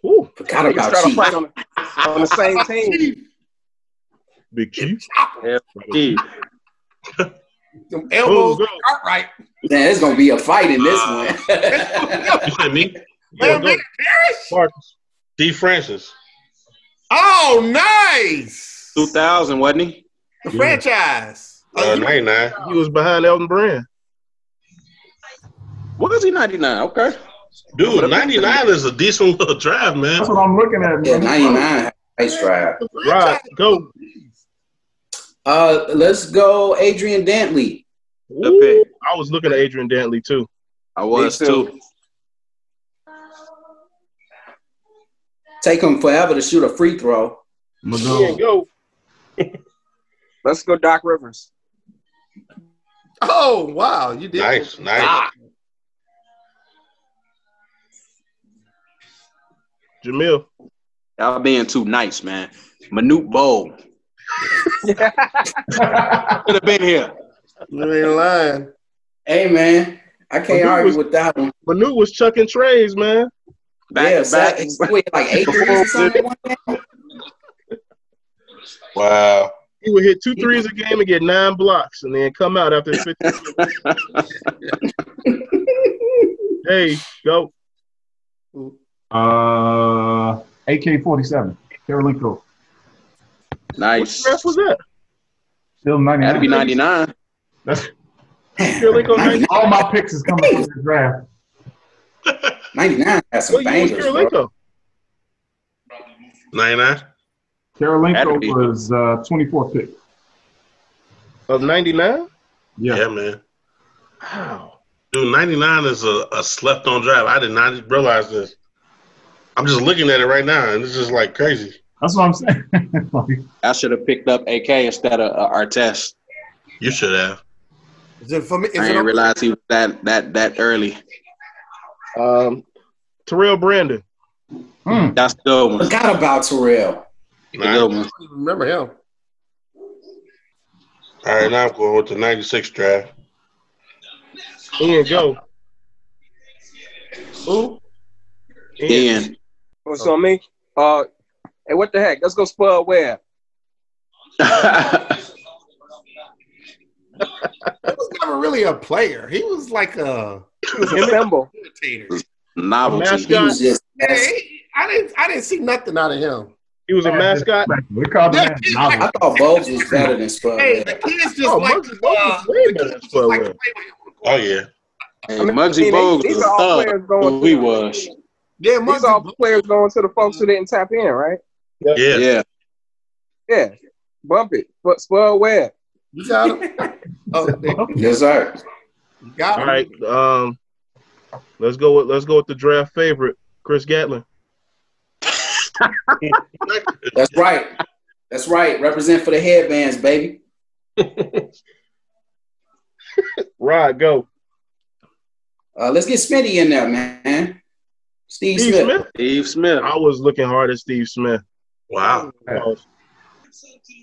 S1: Ooh,
S2: Forgot
S3: They
S2: about
S3: started
S2: Chief.
S3: playing on, the- on the same team.
S1: Big Chief.
S11: Gee.
S5: Them
S1: Boom,
S5: elbows
S1: go.
S5: right.
S2: Man, it's gonna be a fight in this one.
S8: You said me?
S1: Yeah, go. Marcus.
S8: D. Francis.
S5: Oh, nice.
S11: 2000, wasn't he?
S5: The franchise.
S8: Uh, 99.
S1: He was behind Elton Brand.
S11: Was he 99? Okay.
S8: Dude, 99 is a decent little drive, man.
S7: That's what I'm looking at.
S2: yeah,
S7: man.
S2: ninety nine. Nice drive.
S5: The
S1: Rod,
S5: franchise.
S1: go.
S2: Uh, let's go. Adrian Dantley.
S11: Good pick.
S1: Ooh, I was looking at Adrian Dantley too.
S11: I was
S2: Me
S11: too.
S2: Take him forever to shoot a free throw.
S1: Yeah, go.
S3: Let's go, Doc Rivers.
S5: Oh, wow. You did.
S8: Nice, nice.
S5: Ah,
S1: Jamil.
S11: Y'all being too nice, man. Manute Bowl. Could have been here.
S5: you ain't lying.
S2: Hey man, I
S1: Well,
S2: can't
S1: who
S2: argue
S1: was-
S2: with that one.
S1: Manu was chucking trays, man.
S11: Back
S2: yeah,
S11: to back.
S2: so- wait, like eight threes or something. one game?
S8: Wow.
S1: He would hit two threes a game and get nine blocks, and then come out after 50. hey, go.
S7: Uh, AK 47. Karolinko.
S11: Nice.
S1: What was that?
S7: Still 99.
S11: That'd be 99.
S1: Karolinko 99.
S7: All my picks is coming from the draft.
S2: Ninety nine has some
S1: What year was
S2: bangers. bro.
S1: Karolinko?
S8: 99.
S11: That'd be-
S7: Karolinko was uh, 24 pick.
S1: Of 99?
S7: Yeah.
S8: Yeah, man. Dude, 99 is a, a slept on drive. I did not realize this. I'm just looking at it right now, and it's just like crazy.
S7: That's what I'm saying. like,
S4: I should have picked up AK instead of uh, Artest.
S8: You should have.
S5: Is it for me? Is
S4: I
S5: it
S4: didn't
S5: okay?
S4: realize he was that that that early.
S1: Um, Terrell Brandon.
S7: mm,
S4: That's the good one.
S2: Forgot about Terrell.
S4: The good one.
S5: I don't even remember him.
S8: All right, now I'm going with the '96 draft.
S1: Ian, go.
S5: Who?
S4: Ian.
S3: What's on me? Uh, hey, what the heck? Let's go Spud Webb.
S5: He was never really a player. He was like a
S3: Symbol.
S5: imitator.
S4: Novelty.
S2: He was just
S5: Yeah, he- I didn't. I didn't see nothing out of him.
S1: He was a mascot.
S7: We called him that.
S5: Yeah,
S2: I thought Bogues was better than Spud.
S5: Hey, the
S2: Webb.
S5: kids just
S1: Oh,
S5: like.
S1: Moses Moses
S5: uh,
S1: way better
S5: the kids
S1: than
S5: just
S1: Spud
S5: like to
S1: Webb.
S5: play with him.
S8: Oh yeah,
S4: Hey,
S3: I mean,
S4: Muggsy
S3: they-
S4: Bogues
S3: these
S4: was
S3: are all
S4: a
S3: players
S4: thug.
S3: going
S4: Who he
S3: through.
S4: was.
S5: Yeah,
S3: These
S5: Moses.
S3: all players going to the folks who didn't tap in, right?
S8: yeah.
S4: Yeah.
S3: Yeah. Bump it. But Spud Webb.
S5: You got him. Oh, they
S2: Yes, sir.
S5: got
S1: All
S5: him.
S1: right. Um, let's go with let's go with the draft favorite, Chris Gatlin.
S2: That's right. That's right. Represent for the headbands, baby.
S1: Rod, go.
S2: Uh, let's get Smitty in there, man. Steve,
S1: Steve
S2: Smith.
S1: Smith.
S4: Steve Smith.
S1: I was looking hard at Steve Smith.
S8: Wow.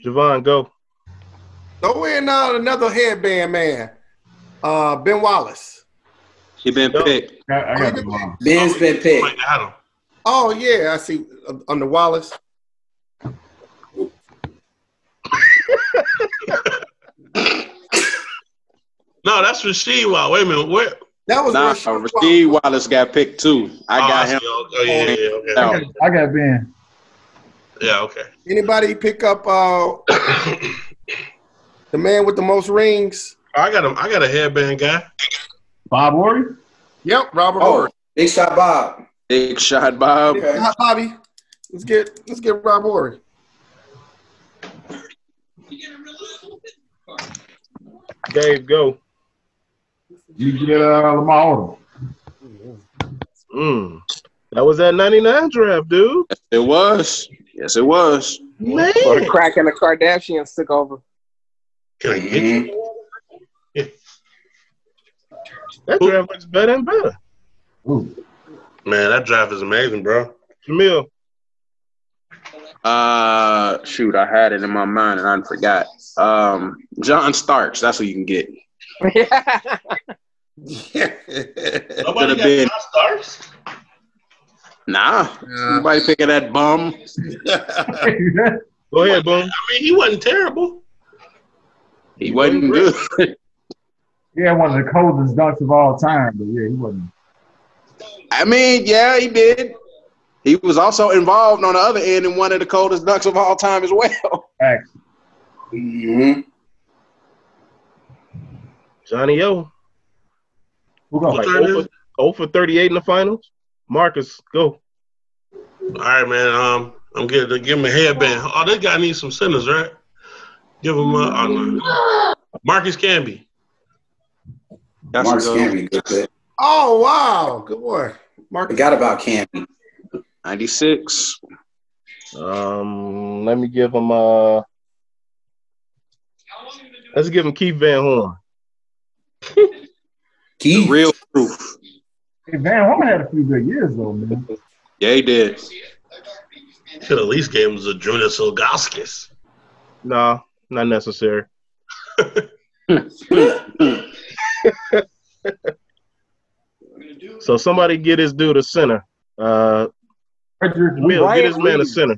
S1: Javon, go.
S5: Throw in uh, another headband man. Uh, ben Wallace.
S4: He been
S1: Yo.
S4: picked.
S7: I, I got the wrong.
S2: Ben's been
S8: Like
S2: picked.
S8: Adam.
S5: Oh yeah, I see. Uh, under Wallace.
S8: No, that's Rasheed. Wow. Wait a minute. Where?
S5: That was
S4: Nah,
S5: Rasheed Wallace.
S4: Rasheed Wallace got picked too. I
S8: oh,
S4: got
S8: see.
S4: him.
S8: Oh, oh, yeah, yeah, yeah, okay.
S7: I got, I got Ben.
S8: Yeah, okay.
S5: Anybody pick up uh, the man with the most rings?
S8: Oh, I got him. I got a headband guy.
S7: Bob Worry?
S5: Yep, Robert.
S2: Oh,
S5: Horry.
S2: big shot, Bob.
S4: Big shot, Bob.
S2: Okay.
S5: Hi, Bobby. Let's get let's get Rob Horry.
S1: Dave, go.
S7: You get uh, Lamar Odom.
S1: Mm. That was that 99 draft, dude.
S4: It was. Yes, it was.
S1: Man.
S3: Well, the crack and the Kardashians took over.
S8: Can I get
S2: Mm-hmm.
S8: you?
S1: That draft looks better and better.
S7: Ooh.
S8: Man, that draft is amazing, bro.
S1: Jamil,
S4: Uh shoot, I had it in my mind and I forgot. Um John Starks, that's what you can get.
S8: Nobody
S4: Could've been.
S8: John Starks?
S4: Nah.
S5: Nah.
S4: Somebody picking that bum.
S1: go ahead, boom.
S8: I mean, he wasn't terrible.
S4: He wasn't good.
S7: yeah, one of the coldest dunks of all time, but yeah, he wasn't.
S4: I mean, yeah, he did. He was also involved on the other end in one of the coldest dunks of all time as well.
S7: Facts.
S2: hmm
S1: Johnny O.
S7: Who go?
S1: Like 0 for, 0 for 38 in the finals. Marcus, go.
S8: All right, man. Um, I'm getting give him a headband. Oh, this guy needs some centers, right? Give him a oh, no. Marcus Camby.
S4: That's
S2: Mark
S4: a good one.
S2: Camby, good pick.
S5: oh wow, good boy, Marcus.
S2: Forgot about Camby.
S4: 96.
S1: Um, let me give him uh let's give him Keith Van Horn.
S2: Keith.
S4: The real proof.
S7: Hey, Van Horn had a few good years, though, man.
S4: Yeah, he did.
S8: Should at least gave him Zadrunas Ilgaskis.
S1: Nah, not necessary. So somebody get his dude a center. Uh
S7: Frederick Lee.
S1: Will, get his
S3: Ryan
S1: man a
S3: Reed.
S1: center.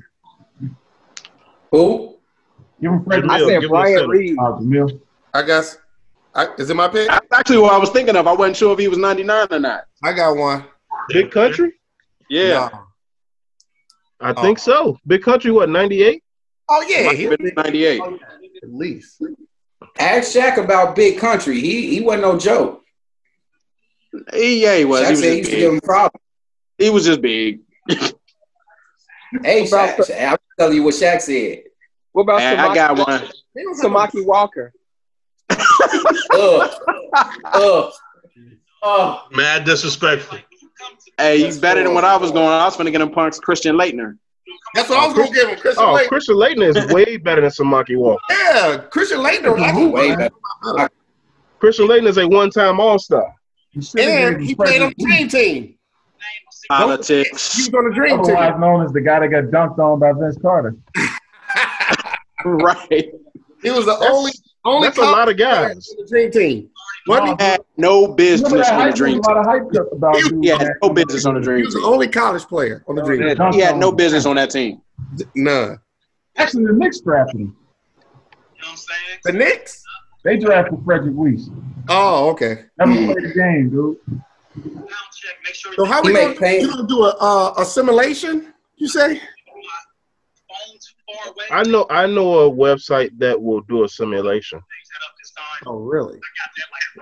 S2: Who?
S7: Give him Frederick
S3: I
S1: Jamil,
S3: said
S1: give him a
S3: Brian
S1: center.
S3: Reed.
S7: Uh, Jamil.
S5: I guess. I, is it my pick?
S4: That's actually what I was thinking of. I wasn't sure if he was 99 or not.
S5: I got one.
S1: Big country? Oh.
S4: Yeah.
S5: No.
S1: I think so. Big country, what, 98?
S5: Oh
S4: It
S5: yeah,
S4: might
S5: he,
S4: have been 98.
S5: at least.
S2: Ask Shaq about Big Country. He he wasn't no joke.
S4: He, yeah, he was.
S2: Shaq
S4: He was,
S2: said he used
S4: just
S2: to give
S4: big.
S2: him problems.
S4: he was just big.
S2: Hey,
S3: About
S2: Shaq, Shaq, I'm telling you what Shaq said.
S3: What about
S4: And I
S3: Samaki,
S4: got one.
S3: Samaki Walker?
S2: Ugh. Ugh. Ugh. Oh,
S8: Mad disrespectful.
S4: Hey, he's better than what I was going. I was gonna get him punks Christian Leitner.
S5: That's what I was gonna give him. Christian
S1: oh,
S5: Leitner.
S1: Christian Leighton is way better than Samaki Walker.
S5: Yeah, Christian Leitner. I can
S2: Way better.
S1: Christian Leighton is a one-time All Star.
S5: And he played on the dream team. He
S4: Politics,
S5: was on the
S1: Oh,
S5: dream team.
S7: Otherwise known as the guy that got dunked on by Vince Carter.
S4: right?
S5: He was the only only
S1: That's a lot of
S5: player
S1: guys.
S5: on the dream team. Wasn't he?
S4: Had no
S7: Uh, Remember
S4: business
S7: that
S4: on the
S7: hype?
S4: dream
S7: There
S4: team.
S7: was a lot of hype about dude,
S4: He had
S7: man.
S4: no business on the
S5: He
S4: dream
S5: was the
S4: team.
S5: only college player
S1: Oh,
S5: on the dream team.
S4: He had no business on that team.
S5: None.
S7: Actually, the Knicks drafted him.
S5: The Knicks?
S7: They drafted Frederick Weiss.
S5: Oh, okay.
S7: Never played a game, dude.
S5: So how
S2: He
S5: we
S2: make
S5: gonna,
S2: pain.
S5: you gonna do a uh, a simulation? You say?
S1: I know. I know a website that will do a simulation.
S5: Oh, really?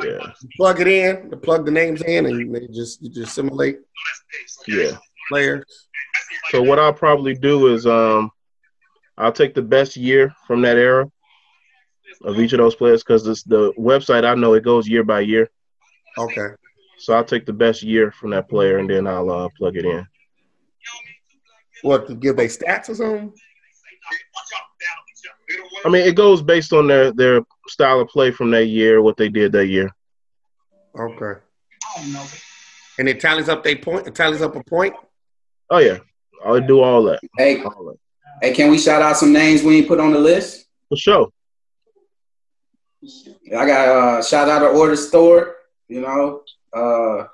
S1: Yeah,
S5: Plug it in. You plug the names in, and they just you just simulate
S1: yeah.
S5: players.
S1: So what I'll probably do is, um, I'll take the best year from that era of each of those players because the website I know it goes year by year.
S5: Okay.
S1: So I'll take the best year from that player and then I'll uh, plug it in.
S5: What to give they stats or something?
S1: I mean, it goes based on their their style of play from that year, what they did that year.
S5: Okay. And it tallies up they point. It tallies up a point.
S1: Oh yeah, I'll do all that.
S2: Hey,
S1: All that
S2: hey, can we shout out some names we ain't put on the list?
S1: for sure.
S2: I got uh shout out to Order Store, you know. Uh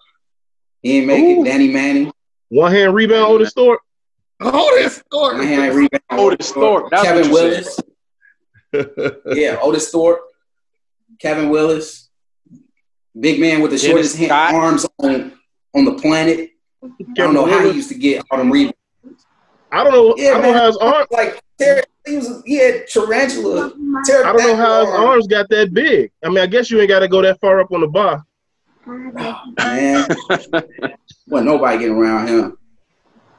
S2: he ain't make
S1: Ooh.
S2: it, Danny Manning.
S1: One hand rebound on the store.
S5: Oh, this
S2: My
S5: story.
S2: hand ain't rebound.
S4: Otis Thorpe, that's
S2: Kevin
S4: what you said.
S2: Willis. yeah, Otis Thorpe. Kevin Willis. Big man with the shortest
S4: Dennis
S2: hand,
S4: Scott.
S2: arms on on the planet. I don't know how he used to get all them rebounds.
S1: I don't know.
S2: Yeah,
S1: I don't
S2: man.
S1: know how his arm.
S2: Like ter- he was he had tarantula.
S1: I don't know how his arms got that big. I mean, I guess you ain't got to go that far up on the bar.
S2: man. well, nobody getting around him.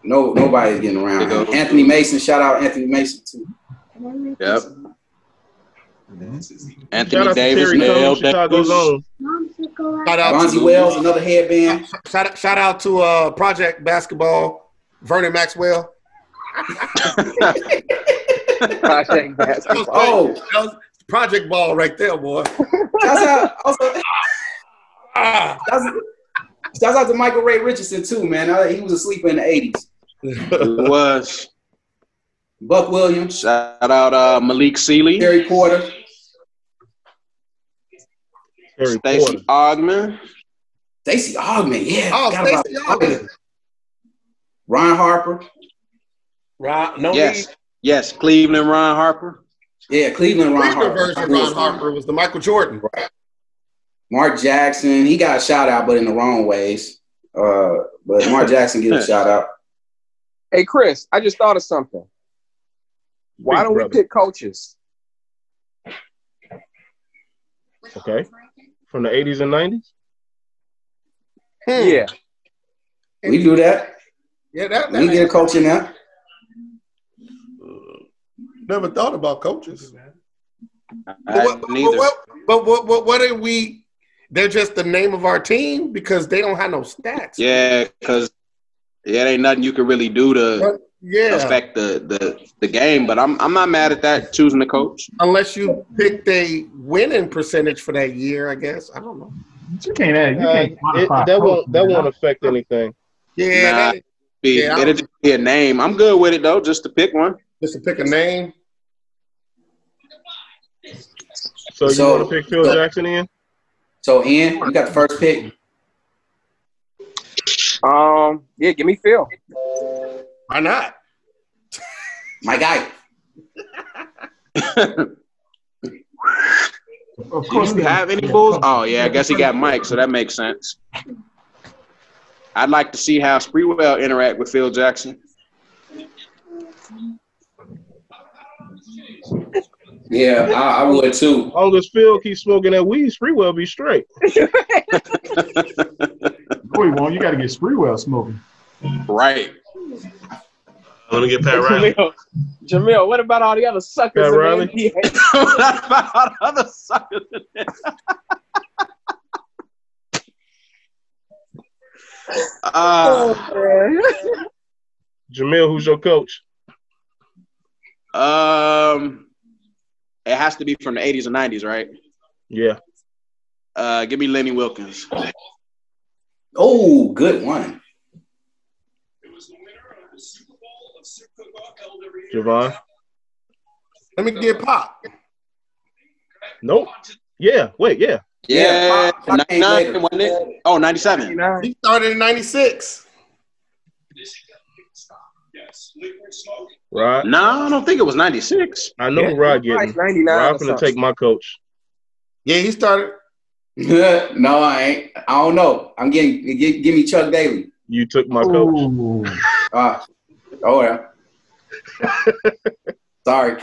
S2: No, nobody's getting around
S4: There
S2: him.
S4: goes-
S2: Anthony Mason, shout out Anthony Mason too.
S4: Yep.
S1: Shout
S4: Anthony
S1: out to
S4: Davis,
S1: Terry Cone,
S4: L.
S1: Chicago
S4: Davis.
S1: Zone.
S5: Shout out
S2: Bonzi
S5: to
S2: Wells, another headband.
S5: shout out, shout out to uh, Project Basketball, Vernon Maxwell.
S3: Project basketball.
S2: Oh,
S5: That was Project Ball right there, boy.
S2: that's how. Also,
S5: Ah.
S2: that's, shout out to Michael Ray Richardson too, man. Uh, He was a sleeper in the '80s.
S4: It was
S2: Buck Williams,
S4: shout out uh, Malik Seeley,
S2: Jerry Porter,
S1: Terry Porter.
S4: Stacy Ogman,
S2: Stacy Ogman. Yeah,
S5: Oh,
S2: forgot about
S5: Stacey Ogman.
S2: Ron Harper.
S5: Ron, no
S4: Yes. Yes, Cleveland Ron Harper.
S2: Yeah, Cleveland Ron
S5: Cleveland
S2: Harper.
S5: version Ron Harper was the Michael Jordan. Hmm.
S2: Mark Jackson, he got a shout out, but in the wrong ways. Uh, but Mark Jackson gets a shout out.
S3: Hey, Chris, I just thought of something. Why
S1: Big
S3: don't we
S1: brother.
S3: pick coaches?
S1: Okay, from the '80s and '90s.
S5: Hmm.
S3: Yeah.
S2: We do that.
S5: Yeah, that,
S2: We
S5: that
S2: get a coach in there.
S5: never thought about coaches.
S4: I-
S5: But what,
S4: neither.
S5: but what, but what, what, what are we? They're just the name of our team because they don't have no stats.
S4: Yeah, because yeah, it ain't nothing you can really do to
S5: yeah.
S4: affect the, the the game. But I'm I'm not mad at that choosing the coach.
S5: Unless you picked a winning percentage for that year, I guess. I don't know.
S7: But you can't add. You
S1: Uh,
S7: can't
S1: it-
S7: quantify
S1: that won't.
S7: coach,
S1: That
S7: man.
S1: won't affect anything.
S5: Yeah,
S4: Nah.
S5: that-
S4: Be-
S5: Yeah, I-
S4: It'll just be a name. I'm good with it though, just to pick one.
S5: just to pick a name.
S1: So you
S2: So-
S1: want to pick Phil Jackson in?
S2: So, Ian, you got the first pick.
S3: Um, yeah, give me Phil.
S5: Why not?
S2: My guy.
S7: Of
S4: Do you
S7: they-
S4: have any Bulls? Oh yeah, I guess he got Mike, so that makes sense. I'd like to see how Spreewell interact with Phil Jackson.
S2: Yeah, I, I would too.
S1: As long as Phil keeps smoking that weed, Spreewell be straight.
S7: No, he won't. You got to get Spreewell smoking.
S4: Right.
S8: Let me get Pat Riley.
S3: Jamil, Jamil, what about all the other suckers
S1: Pat
S3: in the
S1: Riley?
S3: NBA?
S4: What about all the other suckers? Uh,
S3: oh,
S1: Jamil, who's your coach?
S4: Um, it has to be from the '80s or '90s, right?
S1: Yeah.
S4: Uh, give me Lenny Wilkins.
S2: Oh, good one.
S1: Javon.
S5: Let me get pop.
S1: Nope. Yeah. Wait. Yeah.
S4: Yeah,
S2: Yeah, five
S4: 99,
S2: days later.
S4: wasn't it? Oh, 97.
S5: He started in '96.
S1: Rod.
S4: No, I don't think it was 96.
S1: I know
S3: Yeah,
S1: Rod getting.
S3: like 99
S1: Rod
S3: or
S1: gonna
S3: something.
S1: take my coach.
S5: Yeah, he started.
S2: no, I ain't. I don't know. I'm getting give, give me Chuck Daly.
S1: You took my coach.
S7: Ooh.
S2: Uh, oh yeah. Sorry.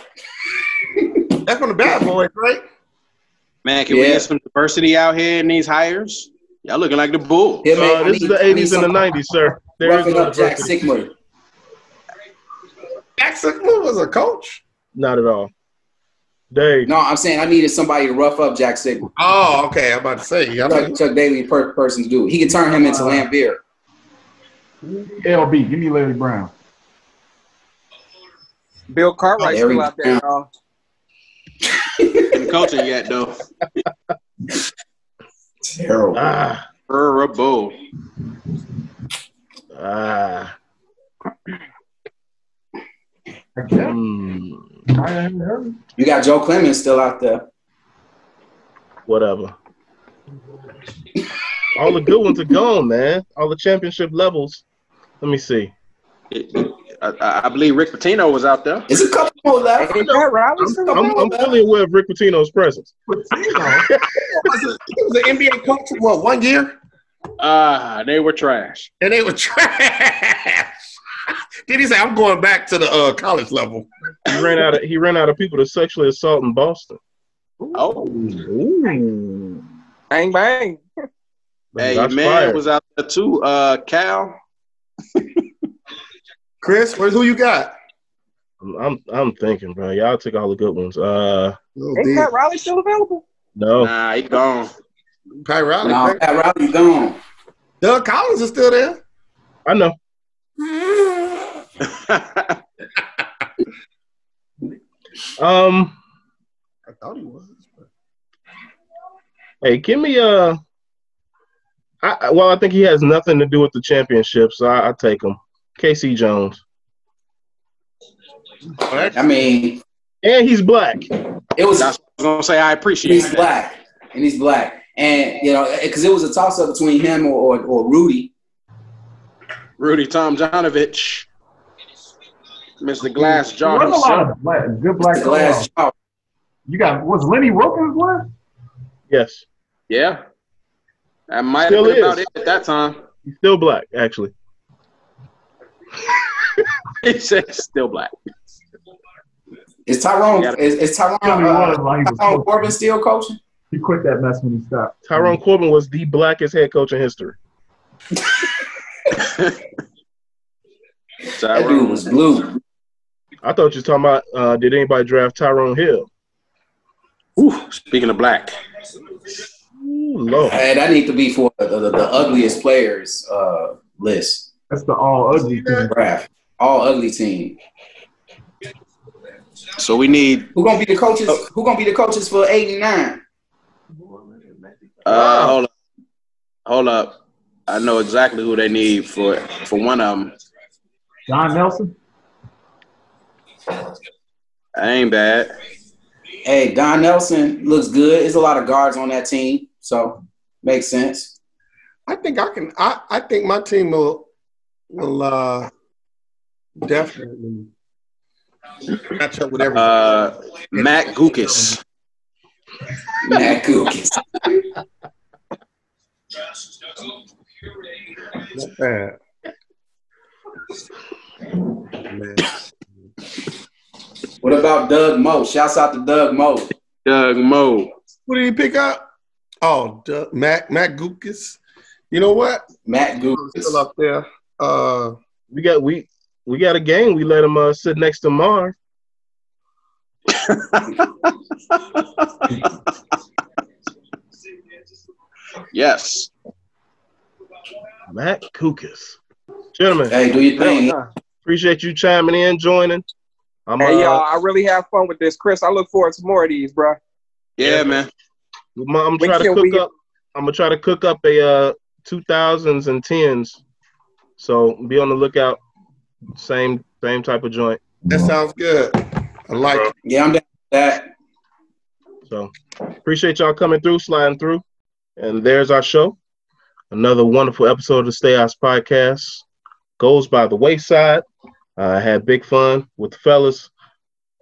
S5: That's from the Bad Boys, right?
S4: Man, can we
S2: Yeah.
S4: get some diversity out here in these hires? Y'all looking like the Bulls.
S2: Yeah,
S1: Uh,
S2: man, I
S1: this is
S2: need-
S1: the
S2: I need
S1: '80s and the
S2: some-
S1: '90s, sir. There is
S2: Roughing
S1: no
S2: up Jack
S1: diversity.
S2: Sigmund.
S5: Jackson Blue was a coach.
S1: Not at all. Dave.
S2: No, I'm saying I needed somebody to rough up Jack Sigmund.
S5: Oh, okay. I'm about to say. I'm
S2: Chuck,
S5: like,
S2: Chuck Daly, per person to do. it. He can turn him into Lambeer.
S7: LB, give me Larry Brown.
S3: Bill Cartwright
S2: There we
S3: still out there. y'all.
S4: Been coaching yet, though.
S2: Terrible.
S1: Ah.
S4: Terrible.
S1: Ah.
S7: I guess.
S1: Mm,
S7: I haven't heard. him.
S2: You got Joe Clemens still out there.
S1: whatever. All the good ones are gone, man. All the championship levels. Let me see.
S4: It- I, I believe Rick Pitino was out there.
S2: There's a couple more left.
S3: Ain't that Robinson?
S1: I'm, I'm fully aware of Rick Pitino's presence.
S5: he was a- he was an NBA coach for what one year,
S4: Ah, they were trash.
S5: and they were trash. Did he say I'm going back to the uh, college level?
S1: He ran out of he ran out of people to sexually assault in Boston.
S4: Oh,
S1: Ooh.
S3: Bang bang.
S4: hey,
S1: Shots
S4: man
S1: fired.
S4: was out there too. Uh, Cal.
S5: Chris, where's who you got?
S1: I'm, I'm I'm thinking, bro. Y'all took all the good ones. Uh,
S3: Ain't Pat Riley still available?
S1: no,
S4: Nah, he gone.
S5: Pat Riley.
S2: No,
S5: Pat-
S2: Pat Riley gone.
S5: Doug Collins is still there.
S1: I know.
S4: I
S1: Um,
S5: I thought he was.
S1: hey, give me uh, I I- well, I think he has nothing to do with the championship, so I, I take him. KC Jones,
S2: I mean,
S1: and he's black.
S2: it was
S4: was gonna say I appreciate
S2: he's
S4: that.
S2: black and he's black, and you know, because it was a toss up between him or, or, or Rudy.
S4: Rudy Tomjanovich, Mr. Glass
S7: There
S4: Jaw
S7: was a
S4: himself.
S7: lot of black, good
S2: Black
S7: black
S2: glass.
S7: girls. You got was Lenny Wilkins left?
S1: Yes,
S4: Yeah, that might have
S1: Still
S4: been about
S1: is.
S4: it at that time.
S1: he's still black, actually.
S4: He said still black.
S2: Is Tyrone?
S4: Yeah.
S2: Is, is Tyrone?
S7: Tell me
S2: Uh,
S7: was while he was
S2: Tyrone
S7: coaching.
S2: Corbin still coaching?
S7: He quit that mess when he stopped.
S1: Tyrone Corbin was the blackest head coach in history.
S2: That dude was blue.
S1: I thought you was talking about uh, did anybody draft Tyrone Hill?
S4: Ooh, speaking of black,
S1: Ooh, Lord.
S2: Hey, that need to be for the, the, the ugliest players uh, list
S7: That's the all ugly thing.
S2: draft. All ugly team.
S4: so we need.
S2: Who gonna be the coaches? Who gonna be the coaches for eight and nine?
S4: Uh, hold up, hold up. I know exactly who they need for for one of them.
S7: John Nelson.
S4: ain't bad.
S2: Hey, Don Nelson looks good. There's a lot of guards on that team, so makes sense.
S5: I think I can. I, I think my team will will uh, definitely match up with everyone.
S4: Uh, Matt Gukas.
S2: Matt Cookins.
S5: Not bad. Man.
S2: What about Doug Moe? Shouts out to Doug Moe.
S4: Doug Moe.
S5: What did he pick up? Oh, duh, Matt Matt Gukas. You know what?
S2: Matt
S5: Oh, Still
S2: Goose.
S5: up there. Uh,
S1: We got we we got a game. We let him uh, sit next to Marv.
S4: Yes.
S1: Matt Kukas. Gentlemen.
S2: Hey, do your thing.
S1: Appreciate you chiming in, joining. I'm,
S3: hey,
S1: uh,
S3: y'all, I really have fun with this, Chris. I look forward to more of these, bro.
S4: Yeah, man.
S1: I'm, I'm
S3: We
S1: trying to
S3: can-
S1: cook
S3: we-
S1: up. I'm gonna try to cook up a uh, 2000s and 10s. So be on the lookout. Same same type of joint.
S5: That sounds good. I like it.
S2: Yeah, I'm down with that.
S1: So appreciate y'all coming through, sliding through. And there's our show. Another wonderful episode of the Stay House Podcast goes by the wayside. I had big fun with the fellas.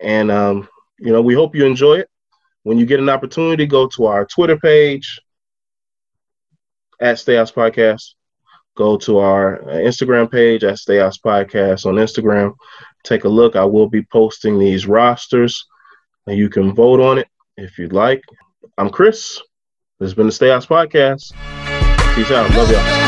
S1: And, um, you know, we hope you enjoy it. When you get an opportunity, go to our Twitter page at Stay House Podcast. Go to our uh, Instagram page at Stay House Podcast on Instagram. Take a look. I will be posting these rosters and you can vote on it if you'd like. I'm Chris. This has been the Stay House Podcast. Peace out. Love y'all.